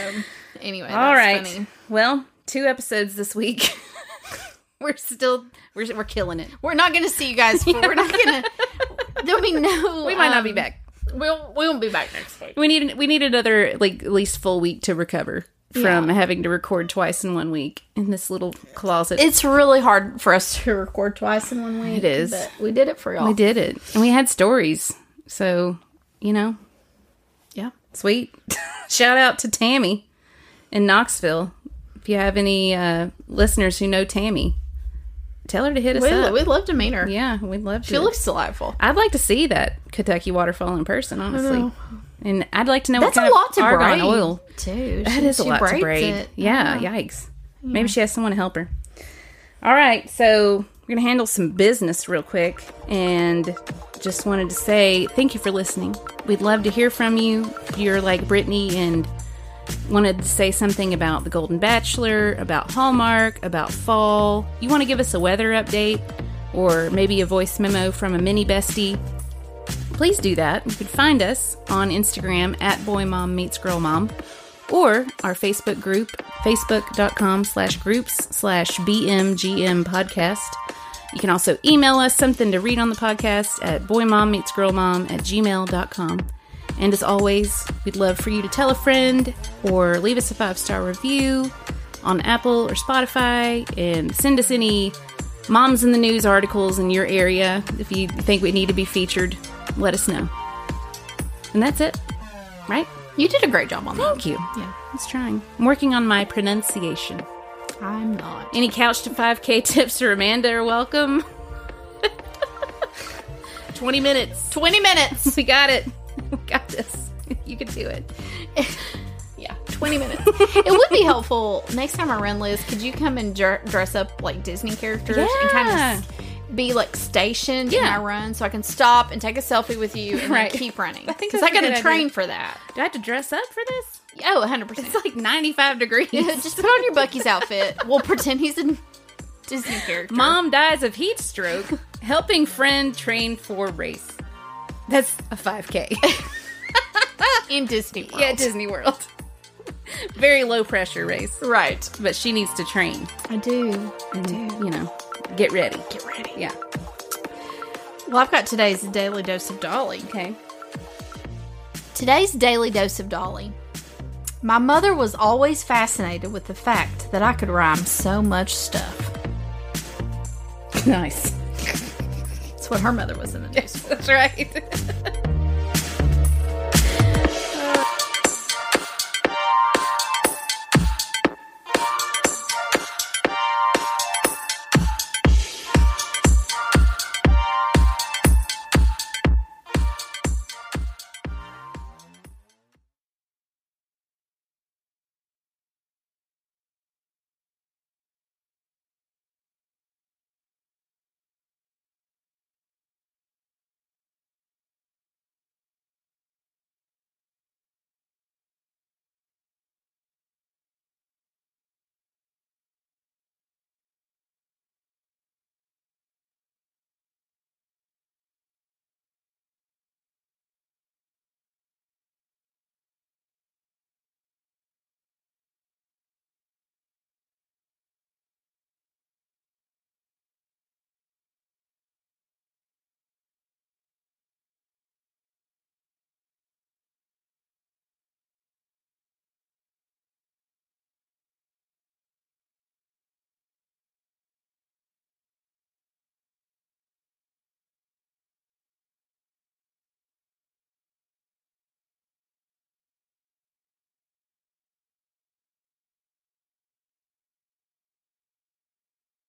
S2: anyway, that's
S1: All right.
S2: funny.
S1: Well, two episodes this week. we're still we're we're killing it.
S2: We're not gonna see you guys for we're not gonna there'll be no
S1: We might not be
S2: um,
S1: back.
S2: We'll we won't be back next week.
S1: We need we need another like at least full week to recover from having to record twice in one week in this little closet.
S2: It's really hard for us to record twice in one week.
S1: It is.
S2: But we did it for y'all.
S1: we did it, and we had stories. So you know,
S2: Yeah.
S1: sweet. Shout out to Tammy in Knoxville. If you have any uh, listeners who know Tammy, tell her to hit us
S2: We,
S1: up.
S2: we love to meet her.
S1: yeah, we'd love to.
S2: She looks delightful.
S1: I'd like to see that Kentucky waterfall in person, honestly.
S2: know.
S1: And I'd like to know
S2: That's
S1: what
S2: a
S1: kind
S2: lot
S1: of
S2: to
S1: argon
S2: braid.
S1: oil.
S2: Too.
S1: That is a lot to braid. Yeah,
S2: Uh-huh.
S1: yikes. Maybe she has someone to help her. All right, so we're gonna handle some business real quick, and just wanted to say thank you for listening. We'd love to hear from you. If You're like Brittany and wanted to say something about the Golden Bachelor, about Hallmark, about fall. You want to give us a weather update or maybe a voice memo from a mini bestie? Please do that. You can find us on Instagram at Boy Mom Meets Girl Mom or our Facebook group, facebook.com slash groups slash BMGM podcast. You can also email us something to read on the podcast at boymommeetsgirlmom at gmail.com. And as always, we'd love for you to tell a friend or leave us a five star review on Apple or Spotify and send us any moms in the news articles in your area. If you think we need to be featured, let us know. And that's it, right?
S2: You did a great job on that.
S1: Thank you.
S2: Yeah.
S1: I was trying. I'm working on my pronunciation.
S2: I'm not.
S1: Any couch to 5K tips or Amanda are welcome. 20 minutes.
S2: 20 minutes.
S1: We got it. We got this. You can do it.
S2: yeah, 20 minutes. it would be helpful next time around, Liz, could you come and dr- dress up like Disney characters and kind of
S1: Yeah.
S2: s- be like stationed in
S1: Yeah.
S2: my run so I can stop and take a selfie with you and
S1: Right.
S2: then keep running?
S1: I think
S2: Because
S1: that's
S2: I
S1: a
S2: got
S1: good
S2: to
S1: idea.
S2: train for that.
S1: Do I have to dress up for this?
S2: Oh, 100%.
S1: It's like 95 degrees.
S2: Just put on your Bucky's outfit. We'll pretend he's a Disney character.
S1: Mom dies of heat stroke, helping friend train for race. That's a 5K.
S2: in Disney World.
S1: yeah, Disney World. Very low pressure race,
S2: right.
S1: but she needs to train.
S2: I do. I do.
S1: You know, get ready.
S2: Get ready.
S1: Yeah.
S2: Well, I've got today's daily dose of Dolly.
S1: Okay.
S2: Today's daily dose of Dolly. My mother was always fascinated with the fact that I could rhyme so much stuff.
S1: Nice.
S2: It's That's what her mother was in the news for.
S1: That's right.